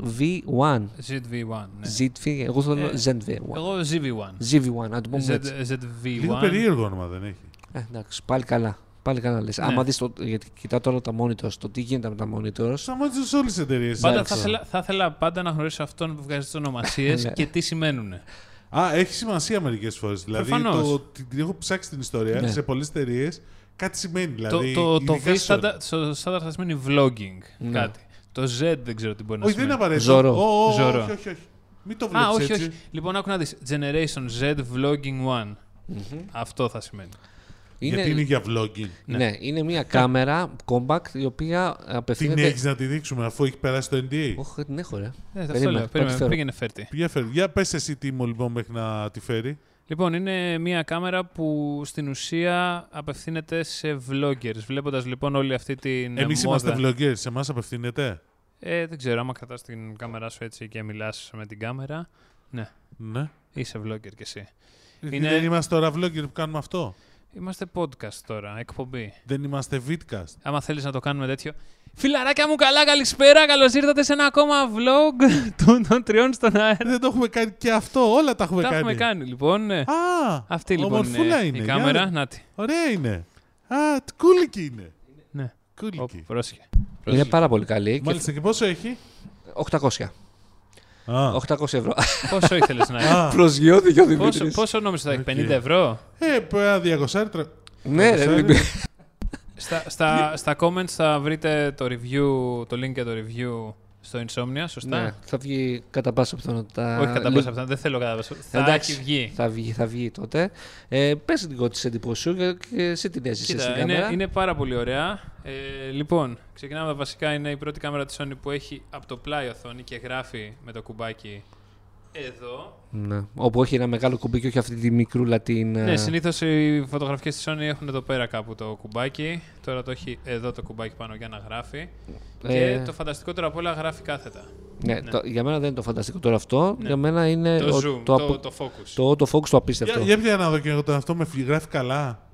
ZV1. ZV1. ναι. ZV, εγώ θέλω Ε, ZV1. Εγώ ZV1. ZV1, να το πούμε Z- έτσι. Λίγο ZV1. περίεργο όνομα δεν έχει. Ε, εντάξει, πάλι καλά. Πάλι καλά λες. Ναι. Άμα δεις, το, γιατί κοιτάω τώρα τα monitors, το τι γίνεται με τα monitors. Σταμάτησε σε όλες τις εταιρείες. Πάντα Εντάξει. θα ήθελα, θα ήθελα πάντα να γνωρίσω αυτόν που βγάζει τις ονομασίες Ναι. και τι σημαίνουν. Α, έχει σημασία μερικές φορές. Δηλαδή, Προφανώς. το, την, την έχω ψάξει την ιστορία Ναι. σε πολλές εταιρείες. Κάτι σημαίνει. Δηλαδή, το το, το ειδικά V στο- στάντα- στο στάνταρ θα σημαίνει vlogging. Ναι. Κάτι. Το Z δεν ξέρω τι μπορεί να Όχι, σημαίνει. δεν είναι απαραίτητο. Ζωρό. Ω, ω, ω, Ζωρό. Όχι, όχι, όχι. Μην το Α, βλέπεις όχι, έτσι. όχι. Λοιπόν, άκου να δεις. Generation Z Vlogging 1. Αυτό θα σημαίνει. Γιατί είναι για vlogging. Ναι. είναι μια κάμερα compact η οποία Την απευθύνεται. έχεις να τη δείξουμε αφού έχει περάσει το NDA. Ναι, Όχι, την έχω, ρε. Ε, αυτό Περίμενε, λέω. Περίμενε, πρώτη πήγαινε φέρτη. Για, φέρ, για πες εσύ Τίμο λοιπόν μέχρι να τη φέρει. Λοιπόν, είναι μια κάμερα που στην ουσία απευθύνεται σε vloggers. Βλέποντας λοιπόν όλη αυτή την ε, Εμείς μόδα. είμαστε vloggers, σε εμάς απευθύνεται. Ε, δεν ξέρω, άμα κρατάς την κάμερά σου έτσι και μιλάς με την κάμερα, ναι, Ναι. είσαι vlogger κι εσύ. Είναι... Δεν είμαστε τώρα vlogger που κάνουμε αυτό. Είμαστε podcast τώρα, εκπομπή. Δεν είμαστε vidcast. Άμα θέλεις να το κάνουμε τέτοιο. Φιλαράκια μου, καλά, καλησπέρα. Καλώς ήρθατε σε ένα ακόμα vlog των, των τριών στον αέρα. Ε, Δεν το έχουμε κάνει και αυτό, όλα τα έχουμε Τα κάνει. έχουμε κάνει λοιπόν. ναι. Α, Αυτή λοιπόν ομορφούλα είναι, η Για κάμερα. δε- Να τη. Ωραία είναι. Α, τ- κούλικη είναι. Ναι. Ω, Κούλικη. πρόσεχε. Είναι πάρα πολύ καλή. και Μάλιστα και πόσο έχει. 800. Α. 800 ευρώ. Πόσο ήθελες να είναι. Α. Προσγειώθηκε ο πόσο, Δημήτρης. πόσο νόμιζες ότι θα Οκ. έχει, 50 ευρώ. Ε, πέρα διακοσάρτρα. Ναι, ρε. Πόσο μην πει- Στα, στα, στα comments θα βρείτε το review, το link και το review στο Insomnia, σωστά. Ναι, θα βγει κατά πάσα πιθανότητα. Όχι κατά λίγο- πάσα αυτά, δεν θέλω κατά πάσα. Θα Εντάξει. έχει βγει. Θα βγει, θα βγει τότε. Ε, πες λίγο τις εντυπώσεις σου και- και εσύ την έζησες στην Κοίτα, είναι, κάμερα. είναι πάρα πολύ ωραία. Ε, λοιπόν, ξεκινάμε από τα βασικά. Είναι η πρώτη κάμερα της Sony που έχει από το πλάι οθόνη και γράφει με το κουμπάκι εδώ. Ναι. Όπου έχει ένα μεγάλο κουμπί και όχι αυτή τη μικρούλα την... Ναι, ε, συνήθως οι φωτογραφικές της Sony έχουν εδώ πέρα κάπου το κουμπάκι. Τώρα το έχει εδώ το κουμπάκι πάνω για να γράφει. Ε. Και το φανταστικότερο απ' όλα γράφει κάθετα. ναι, το- για μένα δεν είναι το φανταστικό τώρα αυτό. Για μένα είναι Ναι. Το ο- zoom, το, το, απο- το, focus. το, το focus το Για, απίστευτο. Ε, για πια να δω και εγώ τον αυτό με φυ- γράφει καλά.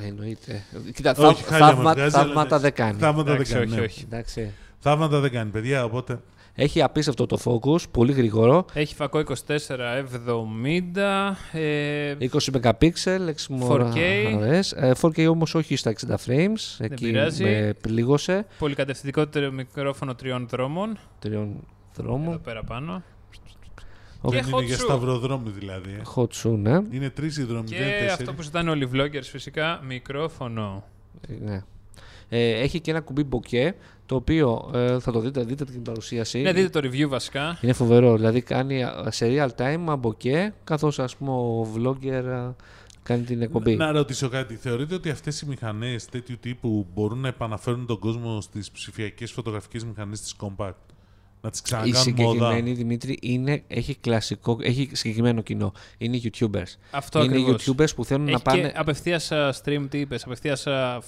Εννοείται. Κοίτα, Όχι, θαύ- χάλια με θαύμα- βγάζει, αλλά θαύματα εντάξει. δεν κάνει. Θαύματα δεν Εντάξει, κάνει. όχι, ναι. όχι. Εντάξει. Θαύματα δεν κάνει, παιδιά, οπότε. Έχει απίστευτο το focus, πολύ γρήγορο. Έχει φακό 24-70. Ε, 20 megapixel, έξιμο 4K. RS. Ε, 4K όμως όχι στα 60 frames. Εκεί πειράζει. με πλήγωσε. πολυκατευθυντικό μικρόφωνο τριών δρόμων. Τριών Εδώ δρόμων. πέρα πάνω. Όχι. Και Δεν είναι hot για shoe. σταυροδρόμι δηλαδή. ε. Hot shoe, ναι. Είναι τρεις οι δρόμοι, δεν είναι Και αυτό τέσσερις. που ζητάνε όλοι οι vloggers φυσικά, μικρόφωνο. Ε, ναι. Ε, έχει και ένα κουμπί μποκέ, το οποίο ε, θα το δείτε, δείτε την παρουσίαση. Ναι, δείτε το review βασικά. Είναι φοβερό, δηλαδή κάνει α, σε real time α, μποκέ, καθώς ας πούμε ο vlogger α, κάνει την εκπομπή. Να ρωτήσω κάτι. Θεωρείτε ότι αυτές οι μηχανές τέτοιου τύπου μπορούν να επαναφέρουν τον κόσμο στις ψηφιακές φωτογραφικές μηχανές της Compact. Να τις Η ξανακάνουν μόδα. συγκεκριμένη Δημήτρη είναι, έχει, κλασικό, έχει συγκεκριμένο κοινό. Είναι YouTubers. Αυτό είναι ακριβώς. YouTubers που θέλουν να Έχει πάνε. και απευθεία stream, τι είπες, απευθείας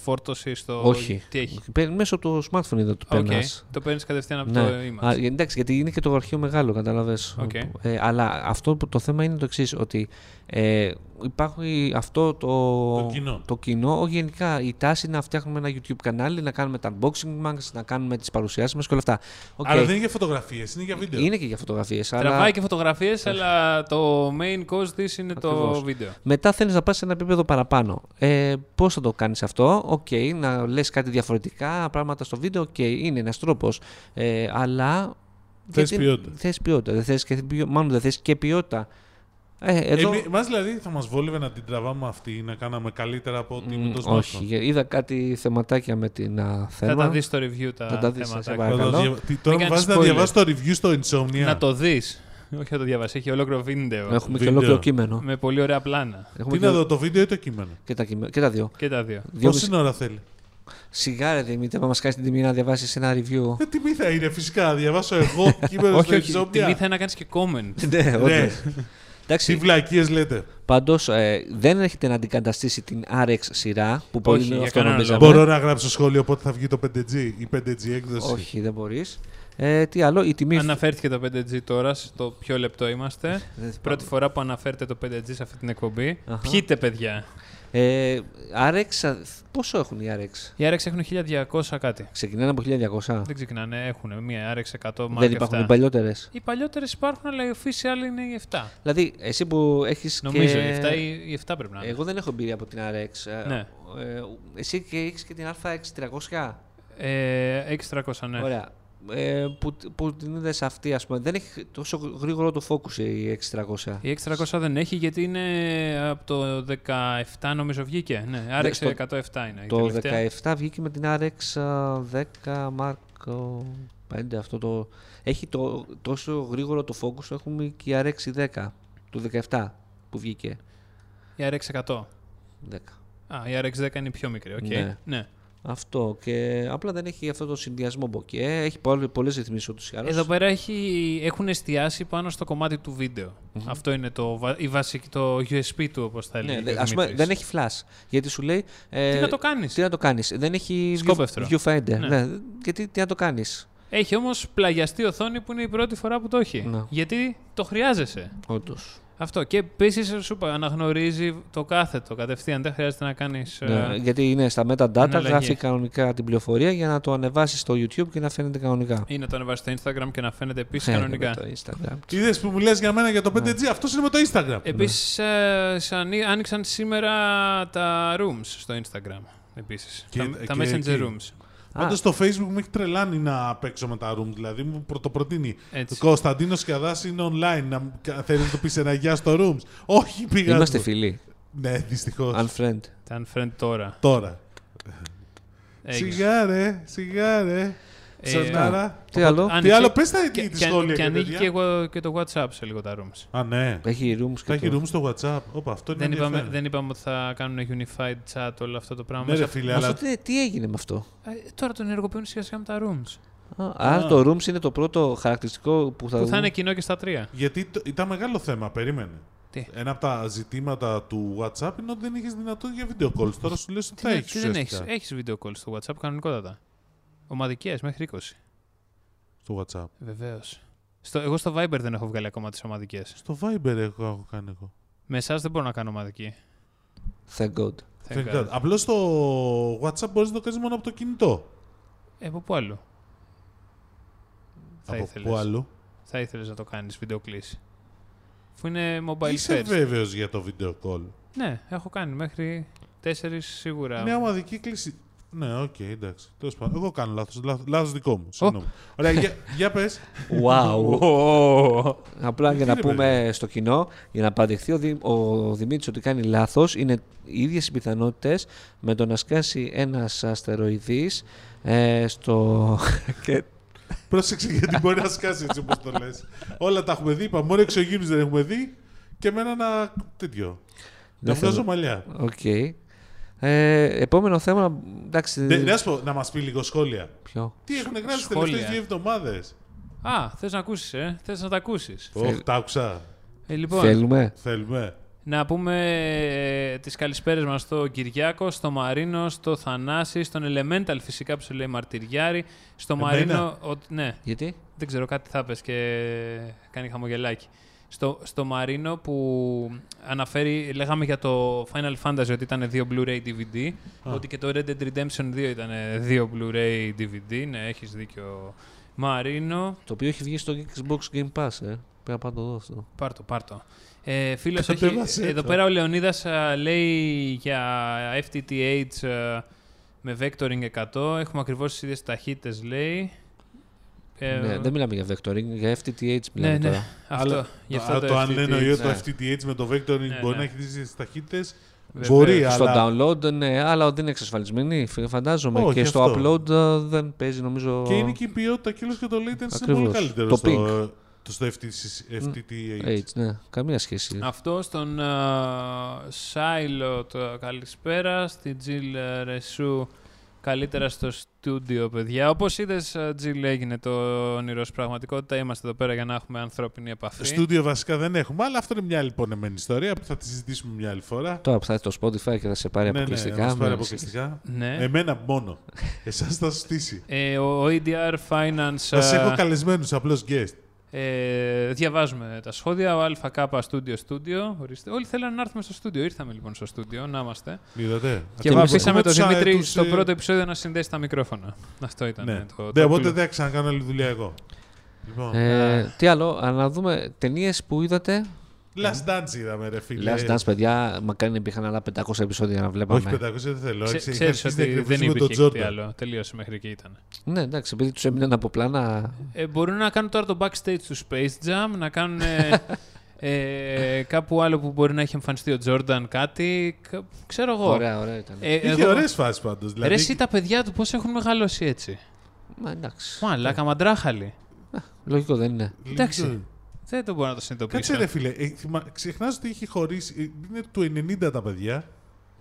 φόρτωση στο. Όχι. Τι έχει. Παίρν- Μέσω του smartphone είδα το Οκ. παίρνει. Το παίρνεις κατευθείαν από το Ναι. image. Α, εντάξει, γιατί είναι και το αρχείο μεγάλο, κατάλαβες. Οκ. Ε, αλλά αυτό που το θέμα είναι το εξής, ότι ε, υπάρχει αυτό το, Το κοινό. το κοινό. ό, γενικά η τάση είναι να φτιάχνουμε ένα YouTube κανάλι, να κάνουμε τα unboxing μα, να κάνουμε τις παρουσιάσεις μας και όλα αυτά. Οκ. Ε, Αλλά δεν είναι για φωτογραφίες, είναι για βίντεο. Είναι και για φωτογραφίες. Αλλά Τραβάει και φωτογραφίες, αλλά το main cause της είναι το Ακριβώς. βίντεο. μετά θέλεις να πας σε ένα επίπεδο παραπάνω. Ε, Πώς θα το κάνεις αυτό, Οκ, να λες κάτι διαφορετικά, πράγματα στο βίντεο, Οκ, είναι ένας τρόπος. Ε, αλλά. Θες γιατί- ποιότητα. θες ποιότητα. Δεν θες και, ποιο- μάλλον δεν θες και ποιότητα. Ε, εδώ... Εμάς δηλαδή θα μας βόλευε να την τραβάμε αυτή να κάναμε καλύτερα από ότι Μ, με το όχι, smartphone. γε- είδα κάτι θεματάκια με την α, Θα τα θέμα. δεις στο review τα Θα τα δεις, σε θέματα. Θα παρακαλώ. τα διαβα- Τι, Τώρα Μην μου κάνεις βάζεις να spoiler. διαβάσει το review στο Insomnia. Να το δεις. Όχι, θα το διαβάσει. Έχει ολόκληρο βίντεο. Έχουμε και βίντεο. Ναι. ολόκληρο κείμενο. Με πολύ ωραία πλάνα. Έχουμε Τι και, να δω, το βίντεο ή το κείμενο. και, τα, κείμενα- και τα δύο. Και τα δύο. δύο Πόση ώρα θέλει. Σιγάρε Δημήτρη, άμα μας κάνεις την τιμή να διαβάσεις ένα review. Ε, τιμή θα είναι, φυσικά. να Διαβάσω εγώ κείμενο όχι, στην όχι. Τιμή Ιζόμπια. θα είναι να κάνεις και comment. ναι, Ναι. όντως. Τι Εντάξει, βλακίες λέτε. πάντως ε, δεν έχετε να αντικαταστήσει την RX σειρά που πολύ για αυτό κανέναν νομίζαμε. λόγο. Μπορώ να γράψω σχόλιο πότε θα βγει το 5G ή 5G έκδοση. Όχι, δεν μπορείς. Ε, τι άλλο, η τιμή... Αναφέρθηκε το 5G τώρα, στο πιο λεπτό είμαστε. Πρώτη φορά που αναφέρετε το 5G σε αυτή την εκπομπή. Αχα. Πιείτε, παιδιά. Ε, RX, α, πόσο έχουν οι RX? Οι RX έχουν 1200 κάτι. Ξεκινάνε από 1200. Δεν ξεκινάνε, έχουν μία RX 100 Mark Δεν υπάρχουν 7. παλιότερες. Οι παλιότερες υπάρχουν, αλλά η official είναι η 7. Δηλαδή, εσύ που έχεις Νομίζω και... η 7, η, η 7 πρέπει να είναι. Εγώ δεν έχω εμπειρία από την RX. Ε, Ναι. ε, εσύ και έχεις και την AX300. Ε, 600, ναι. Ωραία. Ε, που, που την είδε αυτή, ας πούμε, δεν έχει τόσο γρήγορο το focus η 600. Η 600 δεν έχει γιατί είναι από το 17 νομίζω βγήκε. Ναι, RX στο- 107 είναι. η Το Ε, τελευταία. 17 βγήκε με την RX α, 10 Mark ο, 5 αυτό το... Έχει το, τόσο γρήγορο το focus το έχουμε και η RX 10 του 17 που βγήκε. Η RX 100. 10. Α, η RX 10 είναι η πιο μικρή, οκ. Ναι. Ναι. Αυτό και απλά δεν έχει αυτό το συνδυασμό μποκέ. Έχει πολλές ρυθμίσεις ούτως ή άλλως. Εδώ πέρα έχει, έχουν εστιάσει πάνω στο κομμάτι του βιντεο Αυτό είναι το, βα- η βασική, το USP του, όπως θα Ναι, έλεγε. δε- ο ας πούμε Δημήτρης. δεν έχει flash. Γιατί σου λέει. ε, Τι να το κάνεις. Τι να το κάνεις. Δεν έχει view- Σκόπευτρο. viewfinder. Ναι. Ναι. Γιατί τι να το κάνεις. Έχει όμως πλαγιαστή οθόνη που είναι η πρώτη φορά που το έχει. Ναι. Γιατί το χρειάζεσαι. Όντως. Αυτό. Και επίσης σου είπα, αναγνωρίζει το κάθετο κατευθείαν. Δεν χρειάζεται να ε, κάνεις. Ναι, γιατί είναι στα metadata, Εναλλαγή. γράφει κανονικά την πληροφορία για να το ανεβάσεις στο YouTube και να φαίνεται κανονικά. ή να το ανεβάσεις στο Instagram και να φαίνεται επίσης Ε, κανονικά. με Το Instagram. Είδες που μου λε για μένα για το Ναι. 5G, αυτός είναι με το Instagram. Ε, Επίσης, ε, άνοιξαν σήμερα τα rooms στο Instagram. Επίσης. Και- τα, τα και messenger εκεί. rooms. Πάντω το Facebook με έχει τρελάνει να παίξω με τα room. Δηλαδή μου προ- το προτείνει. Έτσι. Ο Κωνσταντίνος Κιαδάς είναι online. Να μου- κα- θέλεις να του πεις ένα γεια στο rooms. Όχι, πήγα. Είμαστε του. φίλοι. Ναι, δυστυχώς. Unfriend. Ήταν friend τώρα. Τώρα. Έγινε. Σιγά ρε, σιγά ρε. Ε, Σαρνάρα. Τι άλλο. Αν- Τι ανοίξει- άλλο, πες τα Και, τη και, σχόλια. και και ανοίγει τέτοια. και, εγώ- και το WhatsApp σε λίγο τα rooms. Α, ναι. Έχει rooms Θα και έχει το... room στο WhatsApp. Όπα, αυτό είναι Δεν είπαμε, ενδιαφέρον. δεν είπαμε ότι θα κάνουν unified chat όλο αυτό το πράγμα. Ναι, ρε Μέσα- φίλε, Αυτό αλλά τι, τι έγινε με αυτό. Ε, τώρα τον ενεργοποιούν σιγά σιγά με τα rooms. Α, άρα το rooms είναι το πρώτο χαρακτηριστικό που Που θα, θα δούμε. είναι κοινό και στα τρία. γιατί το- ήταν μεγάλο θέμα, περίμενε. Τι. Ένα από τα ζητήματα του WhatsApp είναι ότι δεν είχε δυνατότητα για video calls. Τώρα σου λες ότι Τι, θα ναι, έχεις. τι δεν έχεις. Έχεις video call στο WhatsApp κανονικότατα. Ομαδικές μέχρι 20. Στο WhatsApp. Βεβαίως. Στο, εγώ στο Viber δεν έχω βγάλει ακόμα τις ομαδικές. Στο Viber έχω, έχω κάνει εγώ. Με εσάς δεν μπορώ να κάνω ομαδική. Thank God. Thank Thank God. God. Απλώς στο WhatsApp μπορείς να το κάνεις μόνο από το κινητό. Ε, από πού άλλο. Θα από ήθελες. πού άλλο. Θα ήθελες να το κάνεις βίντεο κλίση. Που είναι mobile Είσαι first. βέβαιος για το video call. Ναι, έχω κάνει μέχρι 4 σίγουρα. Είναι ομαδική κλίση. Ναι, οκ, εντάξει. Τέλος πάντων. Εγώ κάνω λάθος. Λάθος, λάθος δικό μου. Συγγνώμη. Ωραία, για, για πες. Wow. Ω, Απλά για να είναι, πούμε στο κοινό, για να απαντηθεί ο, Δη, ο Δημήτρης ότι κάνει λάθος, είναι οι ίδιες οι πιθανότητες με το να σκάσει ένας αστεροειδής ε, στο... και Πρόσεξε γιατί μπορεί να σκάσει έτσι όπως το λες. Όλα τα έχουμε δει. Είπα, μόνο εξωγήινους δεν έχουμε δει. Και εμένα να... τέτοιο. Να Δεν θέλω. βγάζω μαλλιά. Οκ. Ε, επόμενο θέμα. Εντάξει. Ναι, Να σου πω, να μας πει λίγο σχόλια. Ποιο. Τι έχουν γράψει τις σχόλια. τελευταίες δύο εβδομάδες. Α, θες να ακούσεις, ε. Θες να τα ακούσεις. Ωχ, τα άκουσα. Ε, λοιπόν, Θέλουμε. Θέλουμε. να πούμε ε, τις καλησπέρες μας στο Κυριάκο, στο Μαρίνο, στο Θανάση, στον Elemental φυσικά που σου λέει Μαρτυριάρη, στο Εμένα? Μαρίνο... Ο, ναι, Γιατί. Δεν ξέρω, κάτι θα πες και κάνει χαμογελάκι. Στο, στο Μαρίνο που αναφέρει, λέγαμε για το Final Fantasy ότι ήταν δύο Blu-ray DVD, ότι και το Red Dead Redemption 2 ήταν δύο Blu-ray DVD. Ναι, έχεις δίκιο. Μαρίνο, Το οποίο έχει βγει στο Xbox Game Pass, ε. Πρέπει να πάω να το δω αυτό. πάρτο, πάρτο. Ε, φίλος έχει, Κατέβασέ το. εδώ πέρα ο Λεωνίδας α, λέει για FTTH α, ε, με vectoring 100, έχουμε ακριβώς τις ίδιες ταχύτητες λέει. Ε, ναι, δεν μιλάμε για vectoring, για FTTH μιλάμε ναι, ναι, τώρα. αυτό, Αλλά γι' το, αυτό το αν FTTH. εννοεί το ναι. FTTH με το vectoring μπορεί ναι. να έχει τις ταχύτητες, Βεβαίως. μπορεί, Στο αλλά download, ναι, αλλά δεν είναι εξασφαλισμένη, φ- φαντάζομαι. Όχι, και στο αυτό. upload ε, δεν παίζει, νομίζω. και είναι και η ποιότητα κιόλας και το latency είναι Ακριβώς. πολύ καλύτερο. Το στο- ping. Το στο FTC FTTH. H, ναι, καμία σχέση. Αυτό στον ε, Σάιλο το καλησπέρα, στη Τζιλ ε, Ρεσού καλύτερα στο στούντιο, παιδιά. Όπως είδες, ε, Τζιλ, έγινε το όνειρο στην πραγματικότητα. Είμαστε εδώ πέρα για να έχουμε ανθρώπινη επαφή. Στούντιο βασικά δεν έχουμε, αλλά αυτό είναι μια λοιπόν εμένη ιστορία που θα τη συζητήσουμε μια άλλη φορά. Τώρα που θα έρθει το Spotify και θα σε πάρει ναι, αποκλειστικά. μας με- πάρει αποκλειστικά. Ναι. Εμένα μόνο. Εσάς θα στήσει. Ε, ο EDR Finance... Σας ε, έχω καλεσμένους απλώς guest. Ε, διαβάζουμε τα σχόλια. Ο ΑΚ Studio Studio. Ορίστε. Όλοι θέλανε να έρθουμε στο στούντιο. Ήρθαμε λοιπόν στο στούντιο, να είμαστε. Είδατε. Και Ακριβώς. βοηθήσαμε τον Τους, ε, Δημήτρη τους, στο ε, πρώτο επεισόδιο να συνδέσει τα μικρόφωνα. Αυτό ήταν Ναι, το. ναι το οπότε κλου. δεν θα ξανακάνω άλλη δουλειά εγώ. Λοιπόν, Ε, τι άλλο, α, να δούμε ταινίες που είδατε. Last Dance είδαμε ρε φίλε. Last Dance, παιδιά, μακάρι να υπήρχαν άλλα 500 επεισόδια να Όχι βλέπαμε. 500 δεν θέλω. Ξε- Άρχισε- είχα Ξέρεις αρχίσει να ότι δεν εκνευρίζουμε τον υπήρχε κάτι Τζόρνταν. άλλο. Τελείωσε μέχρι εκεί ήταν. Ναι, εντάξει, επειδή τους έμειναν από πλάνα. Ε, μπορούν να κάνουν τώρα το backstage του Space Jam, να κάνουν ε, ε, κάπου άλλο που μπορεί να έχει εμφανιστεί ο Τζόρνταν κάτι. κα- Ξέρω εγώ. Ωραία, ωραία ήταν. Ε, Είχε εγώ- ωραίες φάσεις πάντως. Ρε, Δηλαδή, εσύ τα παιδιά του πώς έχουν μεγαλώσει έτσι. Μα εντάξει. Ε. Μαλάκα μαντράχαλη. Λογικό δεν είναι. λίγο- εντάξει. Δεν το μπορώ να το συνειδητοποιήσω. Λοιπόν, Κάτσε ρε φίλε, ε, θυμα- ξεχνάς ότι έχει χωρίσει, ε, είναι του 90 τα παιδιά,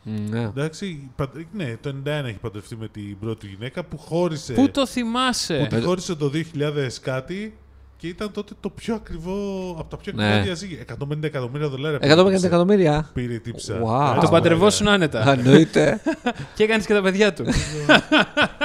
Ναι. εντάξει, παντρε- ναι, το 91 έχει παντρευτεί με την πρώτη γυναίκα που χώρισε, Πού το θυμάσαι. που τη χώρισε το 2000 κάτι και ήταν τότε το πιο ακριβό, από τα πιο Ναι. ακριβά διαζύγια, 150 εκατομμύρια δολάρια 150 πήρε. εκατομμύρια. πήρε η τύψα. Ε, Wow. Εντάξει, Το Α, παντρευόσουν άνετα. Εννοείται. και έκανες και τα παιδιά του.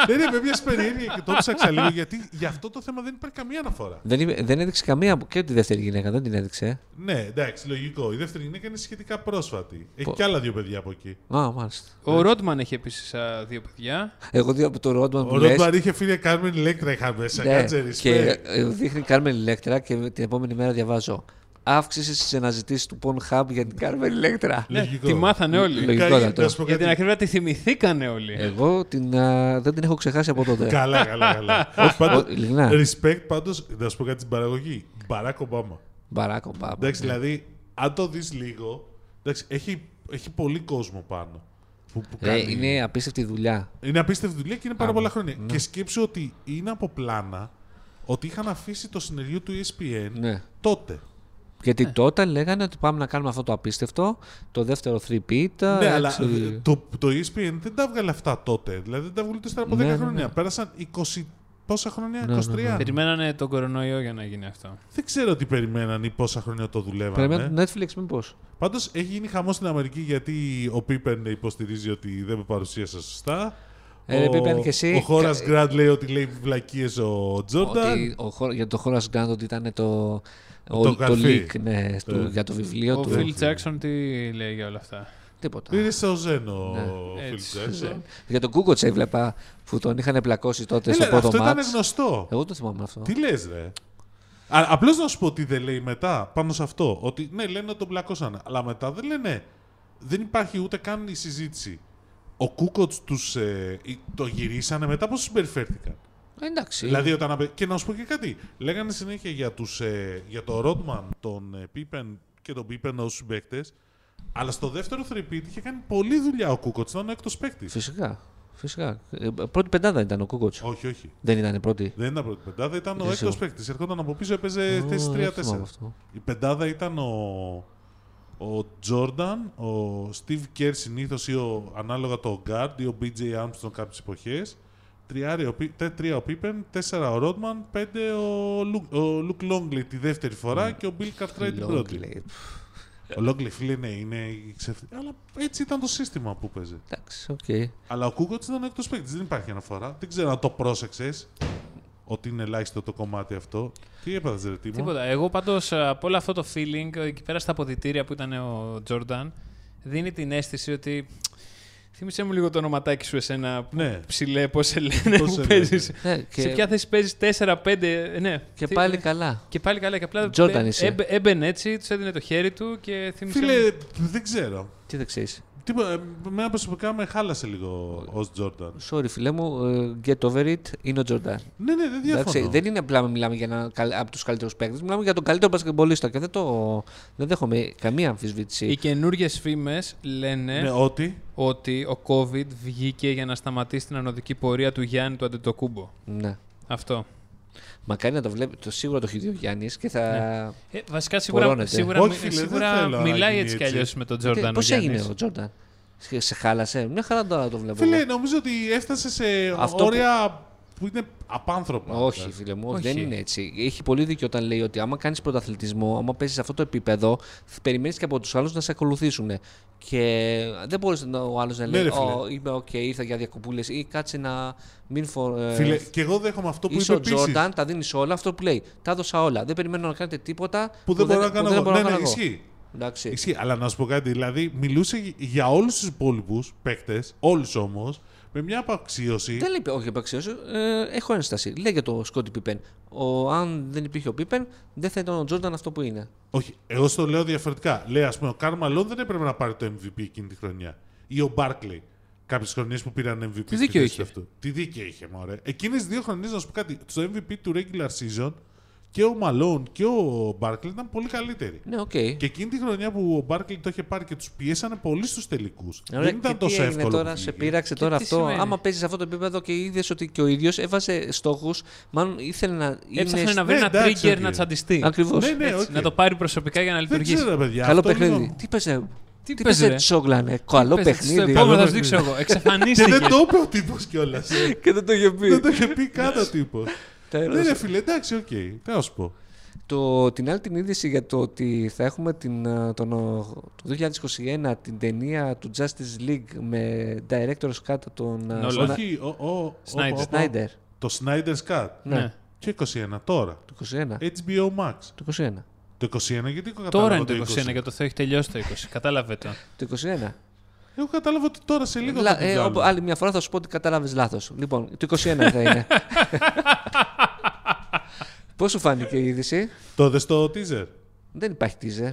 Ναι, ναι, με μιας περιέργεια και το ψάξα λίγο γιατί για αυτό το θέμα δεν υπάρχει καμία αναφορά. δεν, είπε- δεν έδειξε καμία. Και τη δεύτερη γυναίκα δεν την έδειξε. Ναι, εντάξει, λογικό. Η δεύτερη γυναίκα είναι σχετικά πρόσφατη. Έχει κι άλλα δύο παιδιά από εκεί. Α, μάλιστα. Ο Ρότμαν έχει επίσης δύο παιδιά. Εγώ δύο από το Ρόντμαν Ο που λες. Ρόντμαν είχε φίλε Κάρμεν Ηλέκτρα, είχα μέσα. Ναι, Κάτσε respect. και ε, δείχνει Κάρμεν Ηλέκτρα και την επόμενη μέρα διαβάζω. Αύξηση στις αναζητήσεις του Pornhub για την Κάρμεν Ηλέκτρα. Ναι, Λογικό. τη μάθανε όλοι. Λογικό. ναι. Κα- ήταν το. να σου πω Για την κάτι. ακρίβεια τη θυμηθήκανε όλοι. Εγώ την, α, δεν την έχω ξεχάσει από τότε. Καλά, καλά, καλά. Όχι, πάντως, ο- Ναι. ειλικρινά. respect πάντως, να σου πω κάτι στην παραγωγή. Μπαράκ Ομπάμα. Μπαράκ Ομπάμα. Εντάξει, δηλαδή, αν το δεις λίγο, εντάξει, έχει, έχει πολύ κόσμο πάνω. Που, που Ρε, κάνει- Ε, είναι απίστευτη δουλειά. Είναι απίστευτη δουλειά και είναι πάρα πολλά Ναι. χρόνια. Και σκέψου ότι είναι από πλάνα ότι είχαν αφήσει το συνεργείο του E ESPN Ναι. τότε. Ε. Γιατί τότε λέγανε ότι πάμε να κάνουμε αυτό το απίστευτο, το δεύτερο 3P. τα ναι, αλλά έξι- ε, το, το ESPN δεν τα έβγαλε αυτά τότε. Δηλαδή δεν τα βγάλε τέσσερα από Ναι, 10 ναι, χρόνια. Πέρασαν 20. Πόσα χρόνια, 23. Περιμένανε τον κορονοϊό για να γίνει αυτό. Δεν ξέρω τι περιμέναν ή πόσα χρόνια το δουλεύανε. Περιμένω το Netflix, μήπως. Πάντως έχει γίνει χαμό στην Αμερική γιατί ο Πίπεν υποστηρίζει ότι δεν με παρουσίασε σωστά. Ε, ρε, Πίπεν, και εσύ. ο Χώρας Γκραντ λέει ότι λέει βλακίες ο Τζόρνταν. Ότι ο, χώρο- για το χώρο Γκάντ ότι ήταν το, ο- Το το, καρφί. leak ναι, του- Ε. για το βιβλίο Ο του. Φιλ Τζάξον τι λέει για όλα αυτά. Λοιπόν. Τίποτα. Είναι στο ζεν ο Ναι. Φιλ έτσι. Τζάξον. Για τον Κούκοτς έβλεπα που τον είχαν πλακώσει τότε Έλα, στο ρε, πρώτο Ε, Αυτό ήταν μάτς. γνωστό. Εγώ το θυμάμαι αυτό. Τι λες, ρε. Απλώς να σου πω τι δεν λέει μετά πάνω σε αυτό. Ότι ναι, λένε ότι τον μπλακώσανε. Αλλά μετά δεν λένε. Δεν υπάρχει ούτε καν η συζήτηση. Ο Κούκοτ τους. το γυρίσανε μετά πώ συμπεριφέρθηκαν. Ε, Εντάξει. Δηλαδή, όταν... απε- Και να σου πω και κάτι. Λέγανε συνέχεια για, τους, ε, για τον Ρότμαν, τον ε, Πίπεν και τον Πίπεν ως συμπαίκτες. Αλλά στο δεύτερο θρυπίτη είχε κάνει πολλή δουλειά ο Κούκοτ. Ήταν ο έκτος παίκτης. Φυσικά. Φυσικά. Ε, Πρώτη πεντάδα ήταν ο Κούκοτς. Όχι, όχι. Δεν ήταν η πρώτη. Δεν ήταν πρώτη πεντάδα, ήταν ο Δεν έκτο ξέρω. παίκτη. Ερχόταν από πίσω, έπαιζε Ω, Ε, θέση δεν θυμάμαι 3-4. αυτό. Η πεντάδα ήταν ο, ο Τζόρνταν, ο Στίβ Κέρ συνήθως ή ο, ανάλογα το Γκάρντ ή ο BJ Armstrong κάποιες εποχές. Τρία ο Πίπεν, τέσσερα ο Ρότμαν, πέντε ο Λουκ- ο Λουκ Λόγκλι τη δεύτερη φορά και ο Μπιλ Καρτράιτ την πρώτη. Longley. Ο Λόγκλι, φίλε, ναι, είναι ξεφ- Αλλά έτσι ήταν το σύστημα που παίζει. Εντάξει, οκ. Ε, Αλλά ο Κούκοτ ήταν εκτός παίκτης, δεν υπάρχει αναφορά. Δεν ξέρω αν το πρόσεξες ότι είναι ελάχιστο το κομμάτι αυτό. Τι έπαθες, ρε Τίμω. Τίποτα. Εγώ πάντως από όλο αυτό το feeling ε, εκεί πέρα στα αποδητήρια που ήταν ο Τζόρνταν, δίνει την αίσθηση ότι. Θύμησε μου λίγο το ονοματάκι σου εσένα. που Ναι. Ψηλέ, πώ σε λένε, Πώς που σε παίζεις. Ναι, και, Σε ποια θέση παίζεις 4-5. Ναι. και Τι- πάλι καλά. Και πάλι καλά, και απλά Τζόρνταν μπε- είσαι. έμπε- έμπαινε έτσι, τους έδινε το χέρι του και θύμισε. Φίλε, δεν ξέρω. Τι δεν ξέρεις. Τίποτα, ε, εμένα προσωπικά με χάλασε λίγο ως Τζόρνταν. Sorry, φίλε μου, ε, get over it, είναι ο Τζορντάν. Ναι, ναι, δεν Εντάξει, διαφωνώ. δεν είναι απλά μιλάμε για έναν καλ- από τους καλύτερους παίκτες. Μιλάμε για τον καλύτερο μπασκετμπολίστα και δεν, το, δεν δέχομαι καμία αμφισβήτηση. Οι καινούργιες φήμες ε. λένε Ναι, ότι. ότι ο COVID βγήκε για να σταματήσει την ανωδική πορεία του Γιάννη του Αντετοκούμπο. Ναι. Αυτό. Μακάρι να το βλέπει. Το σίγουρα το έχει δει ο Γιάννης και θα. Ε, βασικά σίγουρα, Πορώνεται. σίγουρα, Όχι, φίλε, δεν σίγουρα θέλω να μιλάει γίνει έτσι κι έτσι. αλλιώς με τον Τζόρνταν. Πώ Ε, έγινε ο Τζόρνταν. Σε- Σε χάλασε. Μια χαρά τώρα το βλέπω. Φίλε, εγώ. νομίζω ότι έφτασε σε Αυτό που- όρια που... είναι απάνθρωπα. Όχι, φίλε μου, Όχι. δεν είναι έτσι. Έχει πολύ δίκιο όταν λέει ότι άμα κάνεις πρωταθλητισμό, άμα παίζεις σε αυτό το επίπεδο, περιμένεις και από τους άλλους να σε ακολουθήσουν. Και δεν μπορείς ο άλλος να Ναι, λέει: ρε, φίλε. «Ω, Είμαι οκ, ήρθα για διακοπούλες ή κάτσε να μην φορ... ε, Φίλε, και εγώ δέχομαι αυτό που Είσαι είπε ο επίσης. Τζόρνταν, τα δίνεις όλα. Αυτό που λέει: Τα έδωσα όλα. Δεν περιμένω να κάνετε τίποτα Που δεν μπορώ να κάνω που δεν εγώ. μπορώ Ναι, να ναι, κάνω εγώ». ισχύει. Εντάξει. Ισχύει, αλλά να σου πω κάτι. Δηλαδή, μιλούσε για όλους τους υπόλοιπους παίκτες, όλους όμως, με μια απαξίωση. Δεν λέει όχι επαξίωση. Ε, έχω ένσταση. Λέει για το Σκότι Πίπεν. Ο, αν δεν υπήρχε ο Πίπεν, δεν θα ήταν ο Τζόρνταν αυτό που είναι. Όχι, εγώ στο λέω διαφορετικά. Λέει, ας πούμε, ο Καρ Μαλόν δεν έπρεπε να πάρει το MVP εκείνη τη χρονιά. Ή ο Μπάρκλey. Κάποιες χρονιές που πήραν MVP. στη δίκιο θέση είχε. Αυτού. Τι δίκαιο είχε, μωρέ. Εκείνες δύο χρονιές, να σου πω κάτι. Στο MVP του regular season και ο Μαλόν και ο Μπάρκλey ήταν πολύ καλύτεροι. Ναι, οκ. Και εκείνη τη χρονιά που ο Μπάρκλι το είχε πάρει και τους πιέσανε πολύ στους τελικούς. Ωραία, Δεν και ήταν τι τόσο έγινε εύκολο. Τώρα που σε βγήκε. πείραξε Και τώρα τι αυτό. σημαίνει? Άμα παίζεις σε αυτό το επίπεδο και είδες ότι και ο ίδιος έβαζε στόχους, μάλλον ήθελε να είναι. Έψαχνε να στην- βρει Ναι, ένα εντάξει, trigger οκ. να τσαντιστεί. Ακριβώς. Ναι, ναι, Έτσι, όχι. Να το πάρει προσωπικά για να Δεν λειτουργήσει. ξέρω, ρε παιδιά. Καλό αυτό παιχνίδι. λίγο- Τι παίζει. Τι Τι παίζει, παίζει ρε? τσόγκλανε. ε, Καλό Πες, ε, Στο παιχνίδι. επόμενο θα σου Καλό δείξω εγώ. Και Εξαφανίστηκε. Ε, δεν το είπε ο τύπος κιόλας. Και δεν το είχε δεν πει. το είχε πει καν ο τύπος. Τέλος. Ναι, ρε φίλε, εντάξει, οκ. Τι να σου πω. Το, την άλλη την είδηση για το ότι θα έχουμε την, α, τον, ο, το 2021 την ταινία του Justice League με director's cut τον ε, α, Nolan. Σνα- Ναι, Όχι, ο- ο- ο- Snyder. ο- ο- Snyder. Το Snyder's Cut. Ναι. Και 21 τώρα. Το 21. Ε. HBO Max. Το 21. Το 21 γιατί εγώ κατάλαβα Τώρα είναι το 21 και το θα έχει τελειώσει το 20. Κατάλαβε το. Το 21. Εγώ κατάλαβα ότι τώρα σε λίγο Λα- θα την ε, βγάλουν. όπου- άλλη μια φορά θα σου πω ότι κατάλαβες λάθος. Λοιπόν, το 21 θα είναι. Πώς σου φάνηκε η είδηση, Το δες το teaser. Δεν υπάρχει teaser.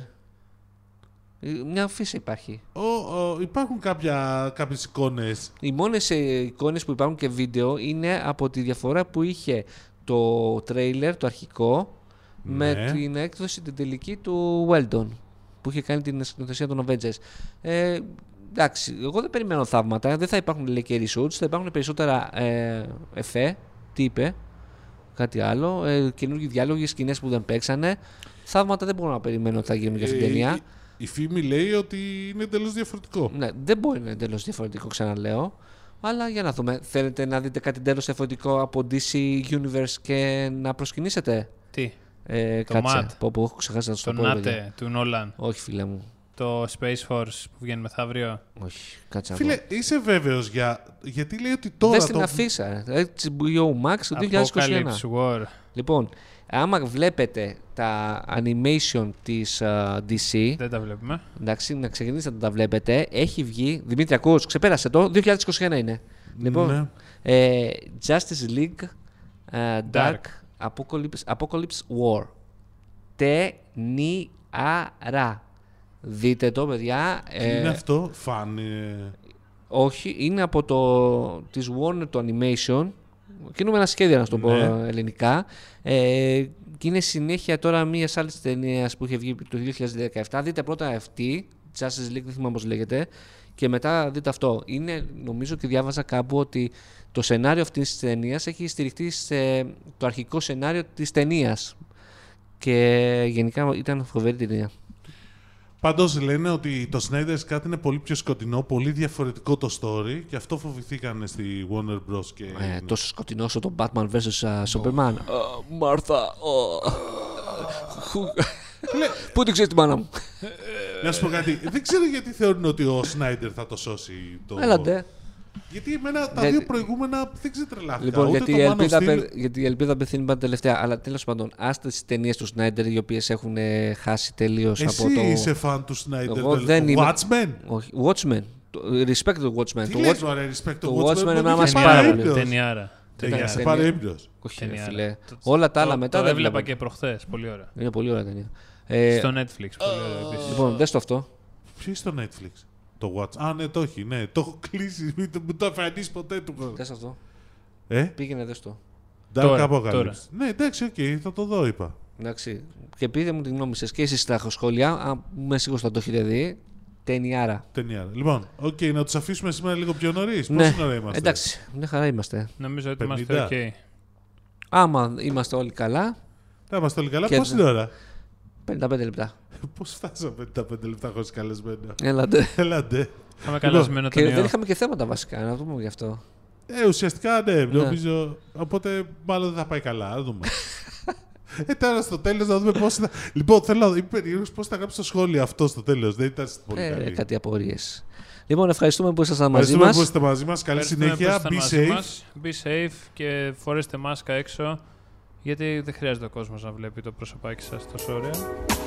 Ε, Μια φύση υπάρχει. Ο- ο- Υπάρχουν κάποια, κάποιες εικόνες Οι μόνες ε, εικόνες που υπάρχουν και βίντεο είναι από τη διαφορά που είχε το τρέιλερ, το αρχικό, με Ναι. την έκδοση την τελική του Weldon που είχε κάνει την σκηνοθεσία των Avengers. Ε, εντάξει, εγώ δεν περιμένω θαύματα. Δεν θα υπάρχουν λέει, και reshoots, θα υπάρχουν περισσότερα ε, εφέ, τι είπε, κάτι άλλο, ε, καινούργιοι διάλογοι, σκηνές που δεν παίξανε. Θαύματα δεν μπορώ να περιμένω ότι θα γίνουν για αυτήν την Ε, ταινία. η- Η φήμη λέει ότι είναι εντελώς διαφορετικό. Ναι, δεν μπορεί να είναι εντελώς διαφορετικό, ξαναλέω. Αλλά για να δούμε. Θέλετε να δείτε κάτι εντελώς διαφορετικό από DC Universe και να προσκυνήσετε. Τι. Ε, Το κάτσε. Mat. Πω, πω, έχω ξεχάσει να σου το, Το πω. ρε παιδιά. ΝΑΤΕ του Νόλαν. Όχι, φίλε μου. Το Space Force που βγαίνει μεθαύριο. Όχι, κάτσε να Φίλε, δω. είσαι βέβαιος για. Γιατί λέει ότι τώρα. Δες την αφίσα. ε. ρε. HBO Max το 2021. Apocalypse War. Λοιπόν, άμα βλέπετε τα animation της ε, α, DC, Δεν τα βλέπουμε. εντάξει, να ξεκινήσετε να τα βλέπετε, έχει βγει, Δημήτρη ακούς, ξεπέρασε το, 2021 είναι. Λοιπόν, Ναι. ε, Justice League ε, Dark, Dark. Apocalypse, Apocalypse War. Ταινιάρα. Δείτε το, παιδιά. Τι Ε, είναι αυτό, φαν. ε, όχι, είναι από το, της Warner το Animation. Κινούμε ένα σχέδιο, να σου το πω Ναι. ελληνικά. Ε, και είναι συνέχεια τώρα μιας άλλης ταινίας που είχε βγει το 2017. Δείτε πρώτα αυτή, Justice League, δεν θυμάμαι πώς λέγεται. Και μετά δείτε αυτό. Είναι, νομίζω και διάβαζα κάπου ότι το σενάριο αυτής της ταινίας έχει στηριχτεί σε το αρχικό σενάριο της ταινίας. Και γενικά ήταν φοβερή ταινία. Πάντως λένε ότι το Snyder's Cut είναι πολύ πιο σκοτεινό, πολύ διαφορετικό το story και αυτό φοβηθήκανε στη Warner Bros. Και... Ε, τόσο σκοτεινό όσο το Batman vs. uh, Superman. Μάρθα. Ναι, Πού την ξέρεις τη μάνα μου. Να σου πω κάτι, δεν ξέρω γιατί θεωρούν ότι ο Snyder θα το σώσει το. Έλατε. Γιατί εμένα τα Για- δύο προηγούμενα δεν ξετρελάθηκα. Λοιπόν, Ούτε γιατί το η, Man of ελπίδα, Steel- πε- γιατί η ελπίδα πεθύνει πάντα τελευταία. Αλλά τέλος πάντων, άστε τις ταινίες του Σνάιντερ οι οποίες έχουν ε, χάσει τελείως από Εσύ το. είσαι φαν του Snyder. Εγώ τέλος. δεν του είμαι. Watchmen. Όχι, Watchmen. Το- Respect to Watchmen. Τι Το λες, Watch- ωραία, respect το το Watchmen Watchmen. είναι δεν ένα μας είχε πάρα πάει πολύ. ύπνος. Ταινιάρα. Ταινία, Ταινία. σε πάρει ύπνος. Όχι, ρε Ταινιάρα. φίλε. ναι. Το- Όλα τα το- άλλα μετά Το δεν έβλεπα βλέπω. και προχθές. Πολύ ωραία. Είναι πολύ ωραία ταινία. Ε, Στο Netflix. Πολύ ωραία επίσης. Λοιπόν, δες το αυτό. Ποιο είναι στο Netflix. Το Watch. Α, ναι, το έχει. Ναι, το έχω κλείσει. Μην το, μην το εμφανίσεις ποτέ του χρόνου. Δες αυτό. Ε, Πήγαινε, δες το. Dark Τώρα, Apocalypse. τώρα. Ναι, εντάξει, οκ, θα το δω, είπα. Εντάξει. Και πείτε μου την γνώμη σας και εσείς στα σχόλια. Αν είμαι σίγουρο θα το έχετε δει. Ταινιάρα. Ταινία. Λοιπόν, οκ, να τους αφήσουμε σήμερα λίγο πιο νωρίς. Ναι. Πόση ώρα είμαστε. Εντάξει, μια χαρά είμαστε. Νομίζω ότι είμαστε 50. οκ. Άμα είμαστε όλοι καλά, Να είμαστε όλοι καλά. Και- Πόση ώρα. 55 λεπτά. Πώς φτάσαμε τα πέντε λεπτά χωρίς καλεσμένο. Έλατε. Έλατε. Είχαμε καλασμένο τον και δεν ιό. είχαμε και θέματα βασικά, να το πούμε γι' αυτό. Ε, ουσιαστικά ναι, νομίζω. Οπότε μάλλον δεν θα πάει καλά. Να δούμε. ε, τώρα στο τέλος να δούμε πώς θα. Λοιπόν, θέλω να δω. Είμαι περίεργο πώς θα γράψει το σχόλιο αυτό στο τέλος. Δεν ήταν πολύ Ε, καλή. κάτι απορίες. Λοιπόν, ευχαριστούμε που ήσασταν μαζί Ευχαριστούμε μας. που είστε μαζί μας. Καλή Ευχαριστούμε συνέχεια. που Be ήσασταν μαζί safe. μας. Be safe και φορέστε μάσκα έξω. Γιατί δεν χρειάζεται ο κόσμος να βλέπει το προσωπάκι σας τόσο ωραία.